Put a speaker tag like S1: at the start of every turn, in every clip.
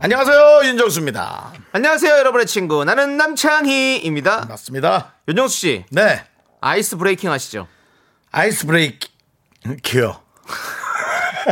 S1: 안녕하세요 윤정수입니다.
S2: 안녕하세요, 여러분의 친구. 나는 남창희입니다.
S1: 맞습니다.
S2: 윤정수 씨,
S1: 네
S2: 아이스 브레이킹 하시죠?
S1: 아이스 브레이크요.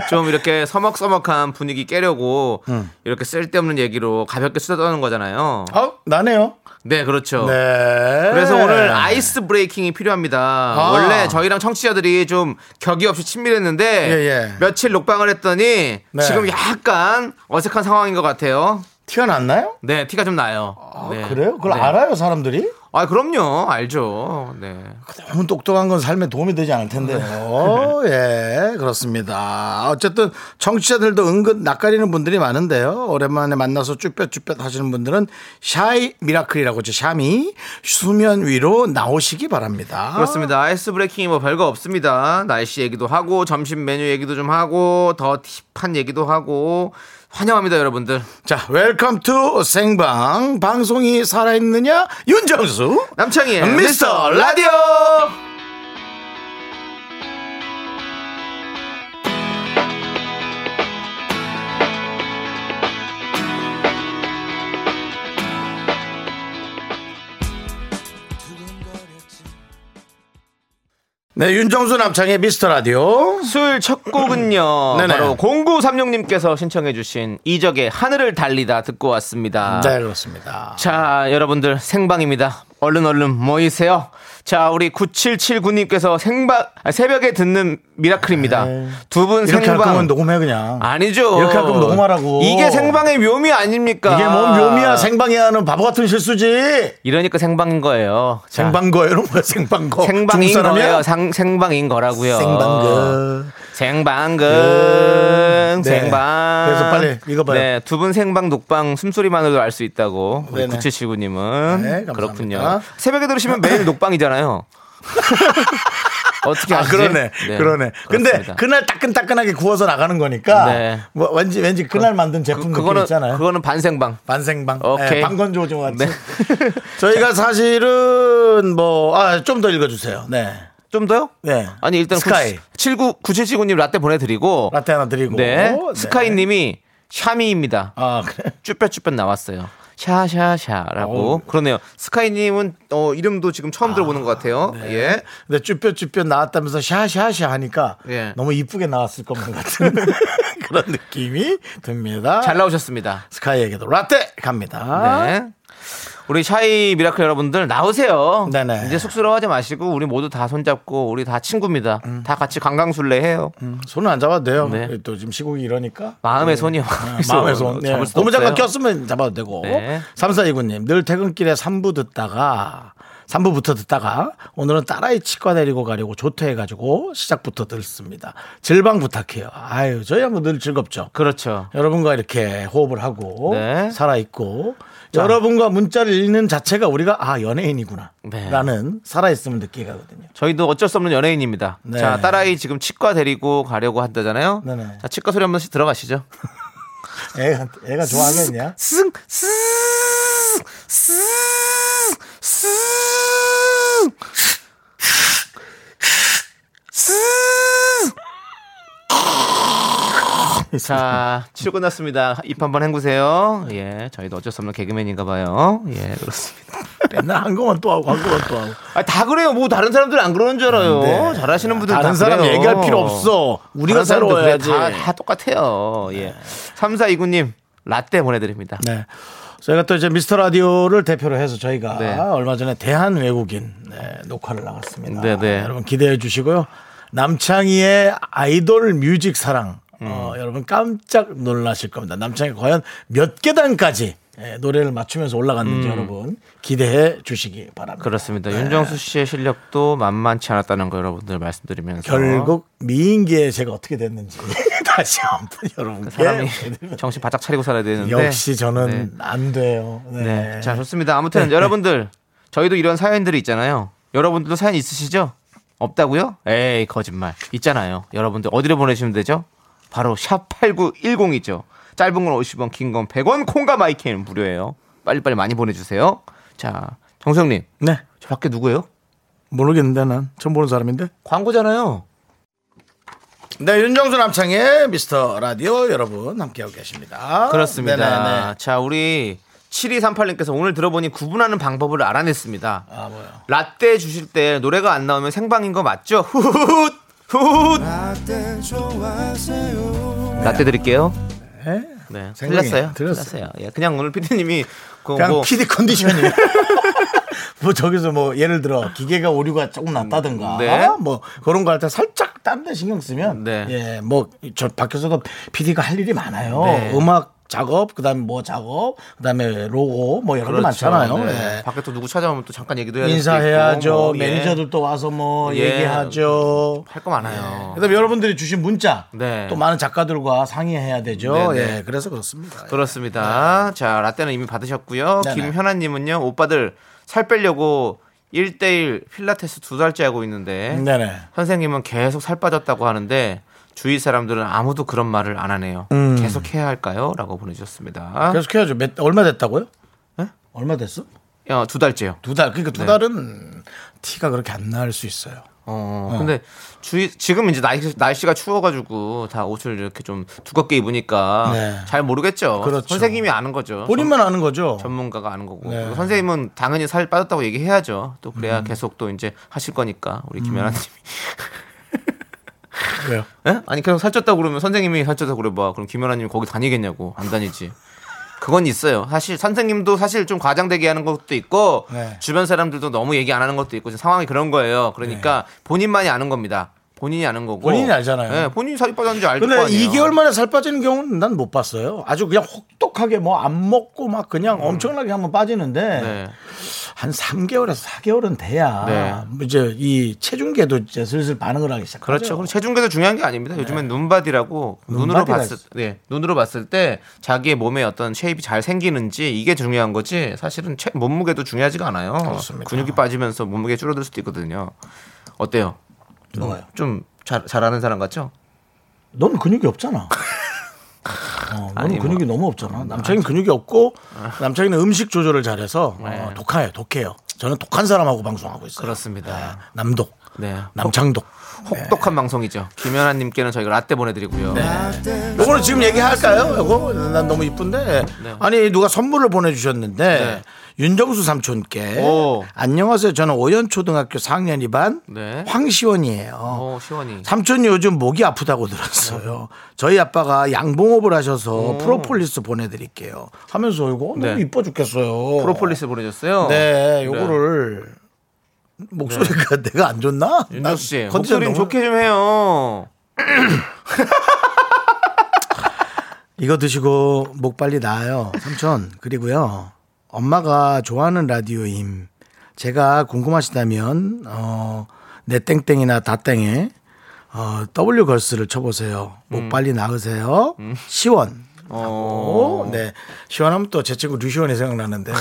S2: 좀 이렇게 서먹서먹한 분위기 깨려고
S1: 음.
S2: 이렇게 쓸데없는 얘기로 가볍게 수다 떠는 거잖아요.
S1: 어 나네요.
S2: 네, 그렇죠.
S1: 네. 아.
S2: 그래서 오늘 아이스 브레이킹이 필요합니다. 원래 저희랑 청취자들이 좀 격이 없이 친밀했는데
S1: 예, 예.
S2: 며칠 녹방을 했더니
S1: 네.
S2: 지금 약간 어색한 상황인 것 같아요.
S1: 튀어났나요?
S2: 네, 티가 좀 나요.
S1: 아,
S2: 네.
S1: 그래요? 그걸
S2: 네.
S1: 알아요 사람들이?
S2: 아, 그럼요. 알죠. 네.
S1: 너무 똑똑한 건 삶에 도움이 되지 않을 텐데요. 예, 그렇습니다. 어쨌든 청취자들도 은근 낯가리는 분들이 많은데요. 오랜만에 만나서 쭈뼛쭈뼛 하시는 분들은 샤이 미라클이라고 죠 샤미 수면 위로 나오시기 바랍니다.
S2: 그렇습니다. 아이스 브레이킹이 뭐 별거 없습니다. 날씨 얘기도 하고 점심 메뉴 얘기도 좀 하고 더 팁한 얘기도 하고 환영합니다, 여러분들.
S1: 자, 웰컴 투 생방 방송이 살아있느냐 윤정수
S2: 남창희의
S1: 음, 미스터
S2: 예, 미스터
S1: 라디오. 네, 윤정수 남창의 미스터 라디오.
S2: 술 첫 곡은요.
S1: 음. 네네.
S2: 바로 0936님께서 신청해 주신 이적의 하늘을 달리다 듣고 왔습니다.
S1: 네, 그렇습니다.
S2: 자, 여러분들 생방입니다. 얼른 얼른 모이세요. 자, 우리 9779님께서 생방 아, 새벽에 듣는 미라클입니다. 두 분
S1: 네. 이렇게 할 거면
S2: 생방
S1: 녹음해 그냥.
S2: 아니죠.
S1: 이렇게 할 거면 녹음하라고.
S2: 이게 생방의 묘미 아닙니까?
S1: 이게 뭔 묘미야 생방이 하는 바보 같은 실수지.
S2: 이러니까 생방인 거예요. 자,
S1: 생방거예요, 뭐야 생방거.
S2: 생방인
S1: 중국 사람이야?
S2: 거예요. 상, 생방인 거라고요.
S1: 생방거.
S2: 생방근
S1: 네.
S2: 생방.
S1: 그래서 빨리 읽어봐요.
S2: 네, 두 분 생방 녹방 숨소리만으로도 알 수 있다고 우리
S1: 네네.
S2: 9779님은
S1: 네, 감사합니다.
S2: 그렇군요. 새벽에 들으시면 매일 녹방이잖아요. 어떻게
S1: 아
S2: 아시지?
S1: 그러네,
S2: 네,
S1: 그러네. 근데
S2: 그렇습니다.
S1: 그날 따끈따끈하게 구워서 나가는 거니까
S2: 네.
S1: 뭐 왠지 왠지 그날 만든 제품 그, 느낌
S2: 그거는
S1: 있잖아요.
S2: 그거는 반생방.
S1: 반생방,
S2: 오케이.
S1: 예, 방건조 같이.
S2: 네.
S1: 저희가 사실은 뭐 좀 더 읽어주세요. 네,
S2: 좀 더요?
S1: 네.
S2: 아니 일단
S1: 스카이.
S2: 79 9779님 라떼 보내드리고
S1: 라떼 하나 드리고.
S2: 네.
S1: 네.
S2: 스카이님이 샤미입니다.
S1: 아 그래.
S2: 쭈뼛쭈뼛 나왔어요. 샤샤샤라고 그러네요. 스카이님은 어, 이름도 지금 처음 들어보는 것 같아요.
S1: 네.
S2: 예.
S1: 근데 쭈뼛쭈뼛 나왔다면서 샤샤샤 하니까
S2: 예.
S1: 너무 이쁘게 나왔을 것만 같은 그런 느낌이 듭니다.
S2: 잘 나오셨습니다.
S1: 스카이에게도 라떼 갑니다.
S2: 네. 우리 샤이 미라클 여러분들 나오세요.
S1: 네네.
S2: 이제 쑥스러워하지 마시고 우리 모두 다 손잡고 우리 다 친구입니다.
S1: 음.
S2: 다 같이 관광술래 해요.
S1: 손은 안 잡아도 돼요.
S2: 네.
S1: 또 지금 시국이 이러니까.
S2: 마음의 손이요.
S1: 마음의 손. 네.
S2: 잡을 수
S1: 너무 잠깐
S2: 없어요.
S1: 꼈으면 잡아도 되고.
S2: 네.
S1: 3429님, 늘 퇴근길에 3부 듣다가, 3부부터 듣다가, 오늘은 딸아이 치과 데리고 가려고 조퇴해가지고 시작부터 듣습니다. 질방 부탁해요. 아유, 저희 한번 늘 즐겁죠.
S2: 그렇죠.
S1: 여러분과 이렇게 호흡을 하고,
S2: 네.
S1: 살아있고, 여러분과 문자를 읽는 자체가 우리가, 아, 연예인이구나.
S2: 네.
S1: 라는 살아있음을 느끼게 하거든요.
S2: 저희도 어쩔 수 없는 연예인입니다.
S1: 네.
S2: 자, 딸아이 지금 치과 데리고 가려고 한다잖아요.
S1: 네네.
S2: 자, 치과 소리 한 번씩 들어가시죠.
S1: 애가, 애가 좋아하겠냐?
S2: 스승 스승 스승 스승 자 치료 끝났습니다 입 한번 헹구세요 예 저희도 어쩔 수 없는 개그맨인가 봐요 예 그렇습니다
S1: 맨날 한 것만 또 하고 한 것만 또 하고
S2: 아다 그래요 뭐 다른 사람들은 안 그러는 줄 알아요
S1: 네.
S2: 잘하시는 분들
S1: 다른 사람
S2: 그래요.
S1: 얘기할 필요 없어. 우리가
S2: 다른 사람들 그래,
S1: 새로워야지.
S2: 다, 다 똑같아요 예 3429님 라떼 보내드립니다
S1: 네. 저희가 또 이제 미스터 라디오를 대표로 해서 저희가
S2: 네.
S1: 얼마 전에 대한 외국인 네, 녹화를 나갔습니다.
S2: 네, 네.
S1: 여러분 기대해 주시고요. 남창희의 아이돌 뮤직 사랑. 어,
S2: 음.
S1: 여러분 깜짝 놀라실 겁니다. 남창희 과연 몇 계단까지 예, 노래를 맞추면서 올라갔는지 여러분 기대해 주시기 바랍니다.
S2: 음. 그렇습니다.
S1: 네.
S2: 윤정수 씨의 실력도 만만치 않았다는 거 여러분들 말씀드리면서
S1: 결국 미인계에 제가 어떻게 됐는지 다 다시 한번 여러분께
S2: 사람이
S1: 보내드립니다.
S2: 정신 바짝 차리고 살아야 되는데.
S1: 예. 역시 저는
S2: 네.
S1: 안 돼요. 네.
S2: 네. 자, 좋습니다. 아무튼 여러분들 저희도 이런 사연들이 있잖아요. 여러분들도 사연 있으시죠? 없다고요? 에이, 거짓말. 있잖아요. 여러분들 어디로 보내시면 되죠? 바로 샵 8910이죠. 짧은 건 50원, 긴 건 100원, 콩과 마이크는 무료예요. 빨리빨리 많이 보내 주세요. 자, 정수영 님.
S1: 네.
S2: 저 밖에 누구예요?
S1: 모르겠는데 난. 처음 보는 사람인데.
S2: 광고잖아요.
S1: 네, 윤정수 남창의 미스터 라디오 여러분 함께하고 계십니다.
S2: 그렇습니다.
S1: 네네네.
S2: 자, 우리 7238님께서 오늘 들어보니 구분하는 방법을 알아냈습니다.
S1: 아, 뭐요?
S2: 라떼 주실 때 노래가 안 나오면 생방인 거 맞죠? 후훗! 후훗! 라떼 드릴게요.
S1: 네?
S2: 네.
S1: 생방이에요.
S2: 틀렸어요.
S1: 틀렸어요.
S2: 틀렸어요. 예, 그냥 오늘 피디님이 그
S1: 그냥
S2: 뭐
S1: PD 컨디션이에요. 뭐 저기서 뭐 예를 들어 기계가 오류가 조금 났다든가
S2: 네.
S1: 뭐 그런 거 할 때 살짝 딴 데 신경 쓰면
S2: 네.
S1: 예 뭐 저 밖에서도 PD가 할 일이 많아요.
S2: 네.
S1: 음악 작업 그다음에 뭐 작업 그다음에 로고 뭐 여러 거 많잖아요.
S2: 네.
S1: 예.
S2: 밖에 또 누구 찾아오면 또 잠깐 얘기도 해야 될 수도
S1: 인사해야죠.
S2: 있고, 뭐, 예.
S1: 매니저들 또 와서 뭐
S2: 예.
S1: 얘기하죠.
S2: 할거 많아요.
S1: 그다음에 여러분들이 주신 문자
S2: 어. 네.
S1: 또 많은 작가들과 상의해야 되죠.
S2: 네, 네.
S1: 예, 그래서 그렇습니다.
S2: 그렇습니다. 자, 라떼는 이미 받으셨고요.
S1: 네네.
S2: 김현아님은요, 오빠들 살 빼려고 1대1 필라테스 두 달째 하고 있는데,
S1: 네네.
S2: 선생님은 계속 살 빠졌다고 하는데, 주위 사람들은 아무도 그런 말을 안 하네요.
S1: 음.
S2: 계속 해야 할까요? 라고 보내주셨습니다.
S1: 계속 해야죠. 몇 얼마 됐다고요?
S2: 네?
S1: 얼마 됐어?
S2: 야, 두 달째요.
S1: 두 달. 그러니까 두 달은 티가 그렇게 안 날 수 있어요.
S2: 네. 어, 근데 주위, 지금 이제 날씨, 날씨가 추워가지고 다 옷을 이렇게 좀 두껍게 입으니까
S1: 네.
S2: 잘 모르겠죠.
S1: 그렇죠.
S2: 선생님이 아는 거죠.
S1: 본인만 아는 거죠.
S2: 전문가가 아는 거고
S1: 네. 음.
S2: 선생님은 당연히 살 빠졌다고 얘기해야죠. 또 그래야 계속 또 이제 하실 거니까 우리 김연아님이
S1: 왜요?
S2: 에? 예? 아니 계속 살쪘다고 그러면 선생님이 살쪘다고 그래봐 그럼 김연아님이 거기 다니겠냐고 안 다니지. 그건 있어요. 사실 선생님도 사실 좀 과장되게 하는 것도 있고
S1: 네.
S2: 주변 사람들도 너무 얘기 안 하는 것도 있고 지금 상황이 그런 거예요. 그러니까 본인만이 아는 겁니다. 본인이 아는 거고
S1: 네. 본인이 알잖아요.
S2: 네, 본인이 살이 빠졌는지 알고
S1: 근데 2개월 만에 살 빠지는 경우는 난 못 봤어요. 아주 그냥 혹독하게 뭐 안 먹고 막 그냥 엄청나게 한번 빠지는데
S2: 음. 네.
S1: 한 3개월에서 4개월은 돼야
S2: 네.
S1: 이제 이 체중계도 이제 슬슬 반응을 하기 시작하죠.
S2: 그렇죠. 그럼 체중계도 중요한 게 아닙니다. 요즘엔 눈바디라고 눈으로
S1: 네. 눈바디가
S2: 봤을
S1: 있어요.
S2: 네, 눈으로 봤을 때 자기의 몸에 어떤 쉐입이 잘 생기는지 이게 중요한 거지. 사실은 체, 몸무게도 중요하지가 않아요.
S1: 그렇습니다.
S2: 근육이 빠지면서 몸무게 줄어들 수도 있거든요. 어때요?
S1: 누가요?
S2: 좀 잘, 잘하는 사람 같죠?
S1: 넌 근육이 없잖아. 어, 넌
S2: 아니, 아.
S1: 근육이 너무 없잖아. 남창이 근육이 없고 남창이는 음식 조절을 잘해서
S2: 네.
S1: 어, 독해요, 독해요. 저는 독한 사람하고 방송하고 있어요.
S2: 그렇습니다.
S1: 남독,
S2: 네.
S1: 남창독.
S2: 혹독한
S1: 네.
S2: 방송이죠. 김연아님께는 저희가 라떼 보내드리고요.
S1: 요거는 지금 얘기할까요? 요거 난 너무 이쁜데.
S2: 네.
S1: 아니 누가 선물을 보내주셨는데 윤정수 삼촌께
S2: 오.
S1: 안녕하세요. 저는 오연초등학교 4학년 2반
S2: 네.
S1: 황시원이에요.
S2: 어, 시원이.
S1: 삼촌이 요즘 목이 아프다고 들었어요. 저희 아빠가 양봉업을 하셔서 프로폴리스 보내드릴게요. 하면서 이거 너무
S2: 어. 네.
S1: 이뻐 죽겠어요.
S2: 프로폴리스 보내줬어요.
S1: 네, 요거를 목소리가 내가 안 좋나? 나
S2: 네. 윤정수 씨,
S1: 컨디션
S2: 목소리 좀 좋게 좀 해요.
S1: 이거 드시고 목 빨리 나아요. 삼촌. 그리고요. 엄마가 좋아하는 라디오임. 제가 궁금하시다면 어, 내 땡땡이나 다땡에 어, W 걸스를 쳐보세요. 목
S2: 음.
S1: 빨리 나으세요. 시원.
S2: 어.
S1: 하고 네 시원하면 또 제 친구 류시원이 생각나는데 어,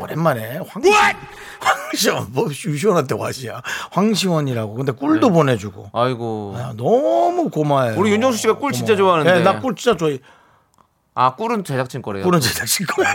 S1: 오랜만에 황시원 황시원 뭐 류시원한테 와시야 황시원이라고 근데 꿀도 보내주고
S2: 아이고.
S1: 아, 너무 고마워요
S2: 네.
S1: 네,
S2: 우리 윤정수 씨가 꿀 진짜 좋아하는데.
S1: 나꿀 진짜 좋아해
S2: 아 꿀은 제작진 거래요.
S1: 꿀은 제작진 거예요.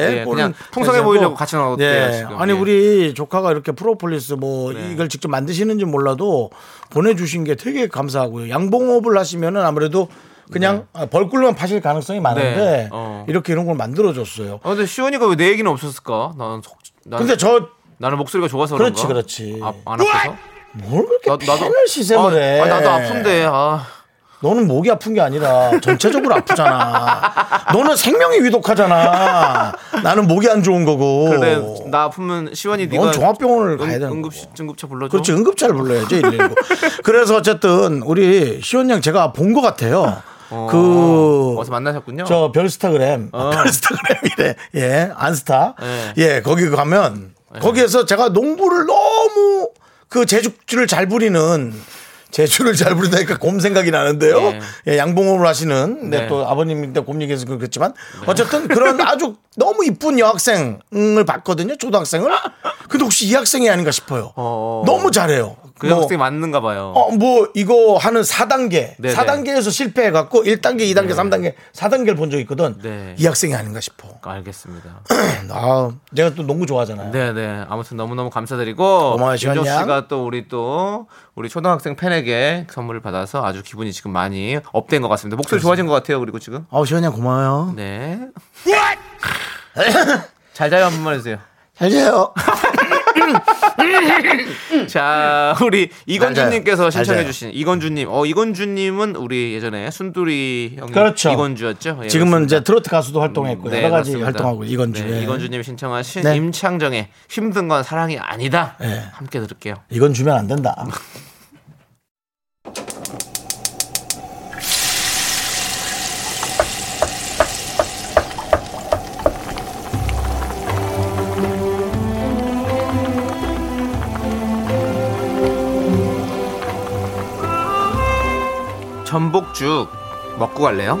S2: 예, 그냥 풍성해 보이려고 같이 나왔대요, 지금.
S1: 네. 아니
S2: 예. 네.
S1: 우리 조카가 이렇게 프로폴리스 뭐 이걸 직접 만드시는지 몰라도 보내주신 게 되게 감사하고요. 양봉업을 하시면은 아무래도 그냥 아, 벌꿀만 파실 가능성이 많은데
S2: 네, 어.
S1: 이렇게 이런 걸 만들어줬어요.
S2: 아, 근데 시온이가 왜 내 얘기는 없었을까? 나는 속, 나는,
S1: 근데 저
S2: 나는 목소리가 좋아서
S1: 그렇지,
S2: 그런가?
S1: 그렇지.
S2: 아, 안 아파서?
S1: 뭘 그렇게
S2: 나-
S1: 팬을 시샘을
S2: 아,
S1: 해?
S2: 아, 나도 아픈데. 아,
S1: 너는 목이 아픈 게 아니라 전체적으로 아프잖아. 너는 생명이 위독하잖아. 나는 목이 안 좋은 거고.
S2: 그래 나 아프면 시원이 네가
S1: 넌 종합병원을 가야 되는
S2: 응급
S1: 거고.
S2: 응급차 불러줘.
S1: 그렇죠. 응급차를 불러야죠. 119. 그래서 어쨌든 우리 시온 양 제가 본 것 같아요. 그
S2: 어, 어서 만나셨군요.
S1: 저 별스타그램 아, 별스타그램이래 예 안스타
S2: 네.
S1: 예 거기 가면 거기에서 제가 농부를 너무 그 재주를 잘 부리는 제주를 잘 부른다니까 곰 생각이 나는데요.
S2: 네.
S1: 예, 양봉업을 하시는 네,
S2: 네.
S1: 또 아버님인데 곰 얘기해서 그렇겠지만 어쨌든 그런 아주 너무 이쁜 여학생을 봤거든요. 초등학생을. 근데 혹시 이 학생이 아닌가 싶어요.
S2: 어.
S1: 너무 잘해요.
S2: 그
S1: 뭐,
S2: 학생 맞는가 봐요.
S1: 어, 뭐, 이거 하는 4단계.
S2: 네네.
S1: 4단계에서 실패해갖고 1단계, 2단계, 3단계, 4단계를 본 적 있거든.
S2: 네.
S1: 이 학생이 아닌가 싶어.
S2: 알겠습니다.
S1: 아, 제가 또 농구 좋아하잖아요.
S2: 네네. 아무튼 너무너무 감사드리고
S1: 고마워요,
S2: 윤정
S1: 시원양.
S2: 씨가 또 우리 또 우리 초등학생 팬에게 선물을 받아서 아주 기분이 지금 많이 업된 것 같습니다. 목소리 좋아진 것 같아요. 그리고 지금
S1: 아우, 시원이 형 고마워요.
S2: 네. 잘 자요 한 번만 해주세요.
S1: 잘 자요.
S2: 자, 우리 이건주님께서
S1: 잘 자요.
S2: 신청해주신 이건주님. 어, 이건주님은 우리 예전에 순두리 형
S1: 그렇죠.
S2: 이건주였죠. 예,
S1: 지금은
S2: 그렇습니다.
S1: 이제 트로트 가수도 활동했고
S2: 네,
S1: 여러 가지
S2: 그렇습니다.
S1: 활동하고 이건주.
S2: 네, 이건주님이 신청하신
S1: 네.
S2: 임창정의 힘든 건 사랑이 아니다.
S1: 네.
S2: 함께 들을게요.
S1: 이건 주면 안 된다.
S2: 전복죽 먹고 갈래요?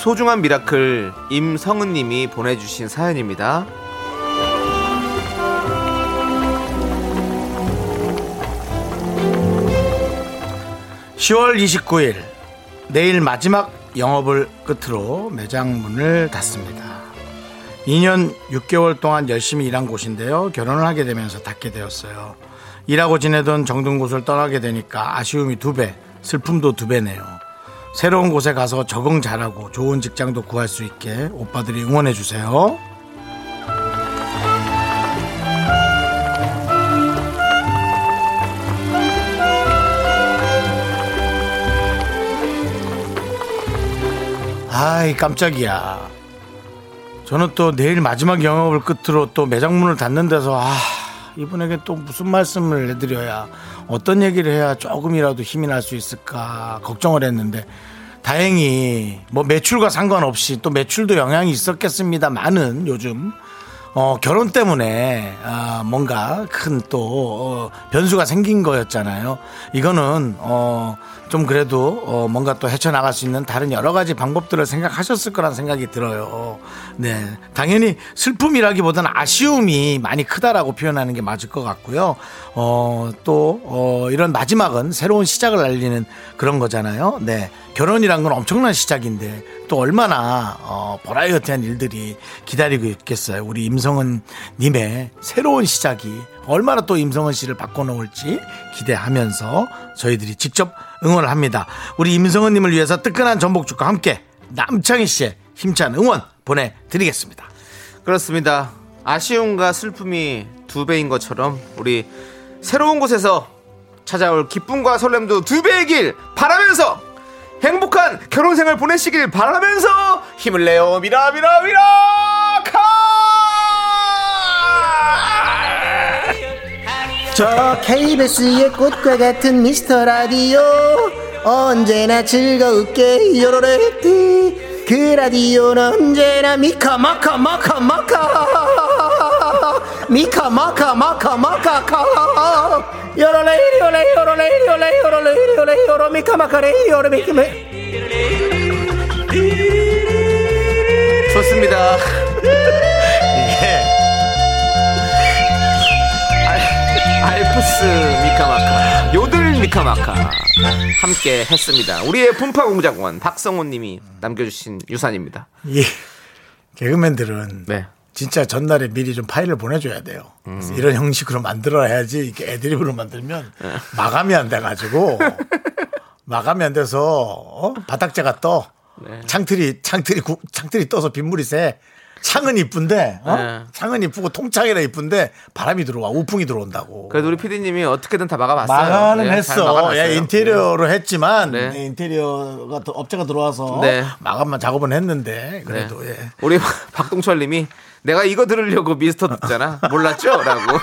S2: 소중한 미라클 임성은님이 보내주신 사연입니다.
S1: 네. 10월 29일 내일 마지막 영업을 끝으로 매장 문을 닫습니다. 2년 6개월 동안 열심히 일한 곳인데요. 결혼을 하게 되면서 닫게 되었어요. 일하고 지내던 정든 곳을 떠나게 되니까 아쉬움이 두 배, 슬픔도 두 배네요. 새로운 곳에 가서 적응 잘하고 좋은 직장도 구할 수 있게 오빠들이 응원해 주세요. 아이 깜짝이야. 저는 또 내일 마지막 영업을 끝으로 또 매장문을 닫는 데서 아 이분에게 또 무슨 말씀을 해드려야 어떤 얘기를 해야 조금이라도 힘이 날 수 있을까 걱정을 했는데 다행히 뭐 매출과 상관없이 또 매출도 영향이 있었겠습니다. 많은 요즘 어, 결혼 때문에 아, 뭔가 큰 또 어, 변수가 생긴 거였잖아요. 이거는 어, 좀 그래도 어, 뭔가 또 헤쳐나갈 수 있는 다른 여러 가지 방법들을 생각하셨을 거란 생각이 들어요. 네, 당연히 슬픔이라기보다는 아쉬움이 많이 크다라고 표현하는 게 맞을 것 같고요. 어, 또 어, 이런 마지막은 새로운 시작을 알리는 그런 거잖아요. 네, 결혼이란 건 엄청난 시작인데 또 얼마나 어, 버라이어티한 일들이 기다리고 있겠어요. 우리 임성은 님의 새로운 시작이 얼마나 또 임성은 씨를 바꿔놓을지 기대하면서 저희들이 직접 응원을 합니다. 우리 임성은 님을 위해서 뜨끈한 전복죽과 함께 남창희 씨의 힘찬 응원 보내드리겠습니다.
S2: 그렇습니다. 아쉬움과 슬픔이 두 배인 것처럼 우리 새로운 곳에서 찾아올 기쁨과 설렘도 두 배의 길 바라면서 행복한 결혼생활 보내시길 바라면서 힘을 내요 미라 미라 미라 카
S3: 저 KBS의 꽃과 같은 미스터 라디오 언제나 즐거울게 요로레띠 그 라디오는 언제나 미카마카 마카 마카 미카 마카 마카 마카카 요로레 요로레 요로레 요로레 요로레 요로레 요로 미카 마카레 요로 미카
S2: 좋습니다. 이게 예. 알, 알프스 미카마카, 요들 미카마카 함께 했습니다. 우리의 분파 공작원 박성호님이 남겨주신 유산입니다.
S1: 이 예, 개그맨들은
S2: 네.
S1: 진짜 전날에 미리 좀 파일을 보내줘야 돼요. 그래서 이런 형식으로 만들어야지 이렇게 애드립으로 만들면 마감이 안 돼가지고 마감이 안 돼서 어? 바닥재가 떠
S2: 네.
S1: 창틀이 창틀이 구- 창틀이 떠서 빗물이 새 창은 이쁜데 어?
S2: 네.
S1: 창은 이쁘고 통창이라 이쁜데 바람이 들어와 우풍이 들어온다고.
S2: 그래도 우리 피디님이 어떻게든 다 막아봤어요.
S1: 마감은
S2: 예, 잘
S1: 했어.
S2: 막아놨어요.
S1: 예, 인테리어로 했지만
S2: 네.
S1: 예, 인테리어가 더- 업체가 들어와서
S2: 네.
S1: 마감만 작업은 했는데
S2: 네.
S1: 그래도 예.
S2: 우리 박동철님이 내가 이거 들으려고 미스터 듣잖아 몰랐죠?라고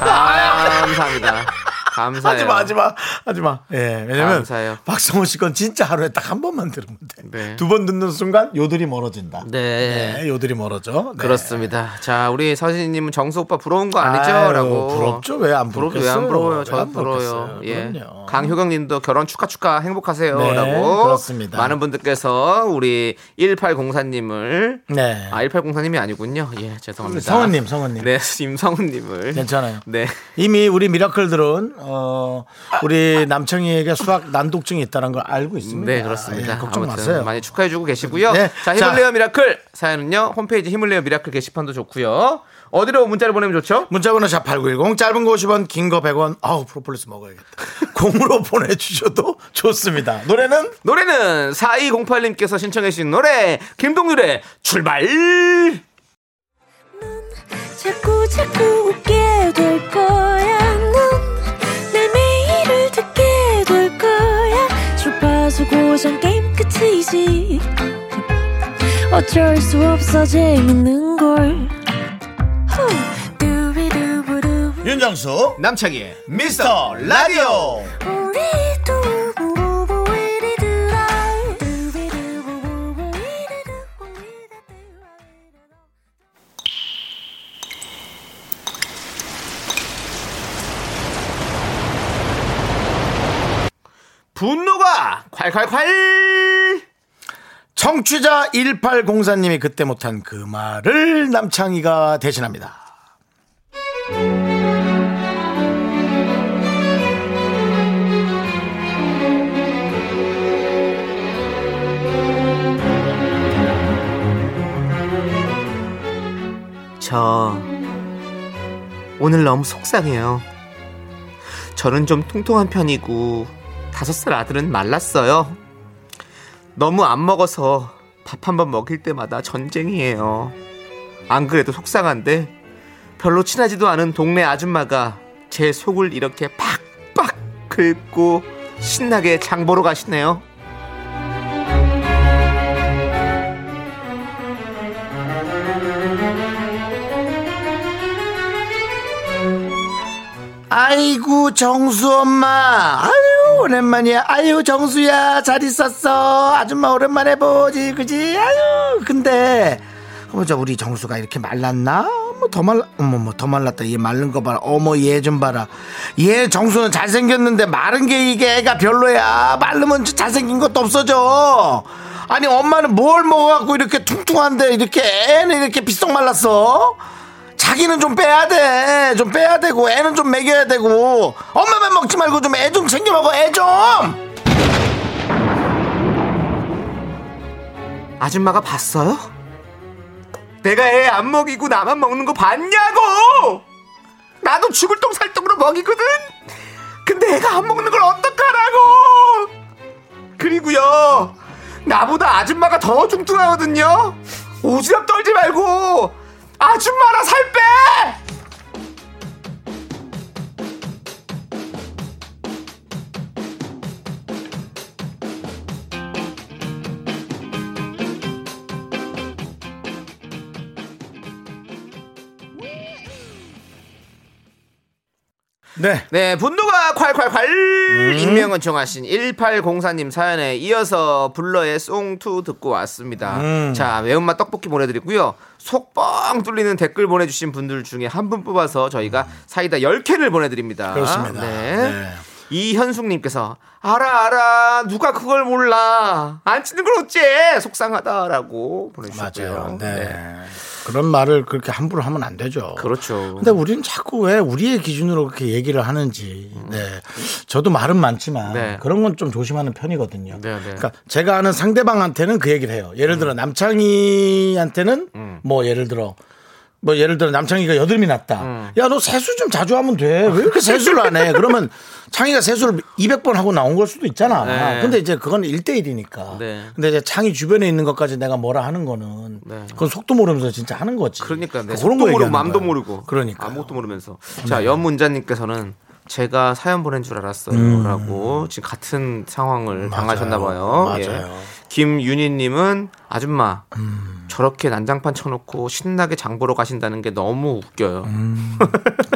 S2: 감사합니다. 감사해요.
S1: 하지마 하지마 하지마 예 왜냐면
S2: 감사해요.
S1: 박성호 씨 건 진짜 하루에 딱 한 번만 들으면
S2: 네.
S1: 돼두 번 듣는 순간 요들이 멀어진다
S2: 네.
S1: 네, 요들이 멀어져 네.
S2: 그렇습니다. 자, 우리 서진님은 정수 오빠 부러운 거
S1: 아유,
S2: 아니죠?라고.
S1: 부럽죠. 왜안
S2: 부럽죠?
S1: 부럽겠어요?
S2: 왜안 부러워요?
S1: 왜
S2: 저
S1: 안
S2: 부러워요.
S1: 부럽겠어요?
S2: 예.
S1: 그럼요.
S2: 강효경님도 결혼 축하 축하
S1: 네,
S2: 행복하세요.라고.
S1: 그렇습니다.
S2: 많은 분들께서 우리 1804님을
S1: 네.
S2: 아 1804님이 아니군요. 예, 죄송합니다.
S1: 성은님, 성은님.
S2: 네, 임성훈님을.
S1: 괜찮아요.
S2: 네.
S1: 이미 우리 미라클들은 어 우리 남청이에게 수학 난독증이 있다는 걸 알고 있습니다.
S2: 네 그렇습니다.
S1: 예, 걱정
S2: 아무튼
S1: 마세요.
S2: 많이 축하해주고 계시고요.
S1: 네.
S2: 자 히말레어 미라클 사연은요 홈페이지 히말레어 미라클 게시판도 좋고요. 어디로 문자를 보내면 좋죠?
S1: 문자번호 샵8910 짧은 거 50원 긴 거 100원 아우 프로폴리스 먹어야겠다 공으로 보내주셔도 좋습니다 노래는
S2: 노래는 4208님께서 신청해주신 노래 김동률의 출발
S4: 자꾸 자꾸 웃게 될 거야. 넌내 매일을 듣게 될 거야. 주파수 고정 게임 끝이지. 어쩔 수 없어 재밌는 걸. 후. 두비두부두.
S1: 윤정수
S2: 남창희의
S1: 미스터 라디오
S4: 우리 두부부부 우리들아. 두비두부부부 우리들 우리들.
S2: 분노가 콸콸콸
S1: 청취자 1804님이 그때 못한 그 말을 남창희가 대신합니다
S2: 저 오늘 너무 속상해요. 저는 좀 통통한 편이고 다섯 살 아들은 말랐어요. 너무 안 먹어서 밥 한 번 먹일 때마다 전쟁이에요. 안 그래도 속상한데 별로 친하지도 않은 동네 아줌마가 제 속을 이렇게 팍팍 긁고 신나게 장 보러 가시네요.
S1: 아이고 정수 엄마 아유 오랜만이야 아유 정수야 잘 있었어 아줌마 오랜만에 보지 그지 아유 근데 어머 저 우리 정수가 이렇게 말랐나 어머 더 말라 어머 어머 더 말랐다 얘 마른 거 봐라 어머 얘 좀 봐라 얘 정수는 잘생겼는데 마른 게 이게 애가 별로야 말르면 저 잘생긴 것도 없어져 아니 엄마는 뭘 먹어갖고 이렇게 퉁퉁한데 이렇게 애는 이렇게 비썩 말랐어 자기는 좀 빼야 돼. 좀 빼야 되고 애는 좀 먹여야 되고 엄마만 먹지 말고 좀 애 좀 챙겨 먹어. 애 좀.
S2: 아줌마가 봤어요? 내가 애 안 먹이고 나만 먹는 거 봤냐고! 나도 죽을 똥 살똥으로 먹이거든? 근데 애가 안 먹는 걸 어떡하라고! 그리고요, 나보다 아줌마가 더 뚱뚱하거든요? 어, 오지랖 떨지 말고, 아줌마라 살 빼!
S1: 네.
S2: 네, 분노가 콸콸콸!
S1: 음.
S2: 익명 요청하신 1804님 사연에 이어서 불러의 송2 듣고 왔습니다.
S1: 음.
S2: 자, 매운맛 떡볶이 보내드리고요. 속뻥 뚫리는 댓글 보내주신 분들 중에 한 분 뽑아서 저희가 사이다 10캔을 보내드립니다.
S1: 그렇습니다.
S2: 네.
S1: 네.
S2: 이현숙님께서 알아 알아 누가 그걸 몰라 안 치는 걸 어째 속상하다라고 보내주셨고요.
S1: 맞아요. 네. 그런 말을 그렇게 함부로 하면 안 되죠.
S2: 그렇죠.
S1: 근데 우리는 자꾸 왜 우리의 기준으로 그렇게 얘기를 하는지. 네. 저도 말은 많지만
S2: 네.
S1: 그런 건 좀 조심하는 편이거든요.
S2: 네, 음. 네.
S1: 그러니까 제가 아는 상대방한테는 그 얘기를 해요. 예를 들어 남창희한테는
S2: 음.
S1: 뭐 예를 들어 뭐 예를 들어 남창희가 여드름이 났다.
S2: 음.
S1: 야 너 세수 좀 자주 하면 돼. 왜 이렇게 세수를 안 해? 그러면 창희가 세수를 200번 하고 나온 걸 수도 있잖아.
S2: 네.
S1: 근데 이제 그건 1대1이니까.
S2: 네.
S1: 근데 이제 창희 주변에 있는 것까지 내가 뭐라 하는 거는 그건 속도 모르면서 진짜 하는 거지.
S2: 그러니까 내
S1: 아, 그런
S2: 속도
S1: 거
S2: 모르고
S1: 얘기하는
S2: 마음도
S1: 거예요.
S2: 모르고
S1: 그러니까.
S2: 아무것도 모르면서 자 연문자님께서는 제가 사연 보낸 줄
S1: 음.
S2: 알았어요라고 지금 같은 상황을 당하셨나 봐요. 예.
S1: 맞아요. 음.
S2: 김윤희님은 아줌마 저렇게 난장판 쳐놓고 신나게 장 보러 가신다는 게 너무
S1: 음.
S2: 웃겨요.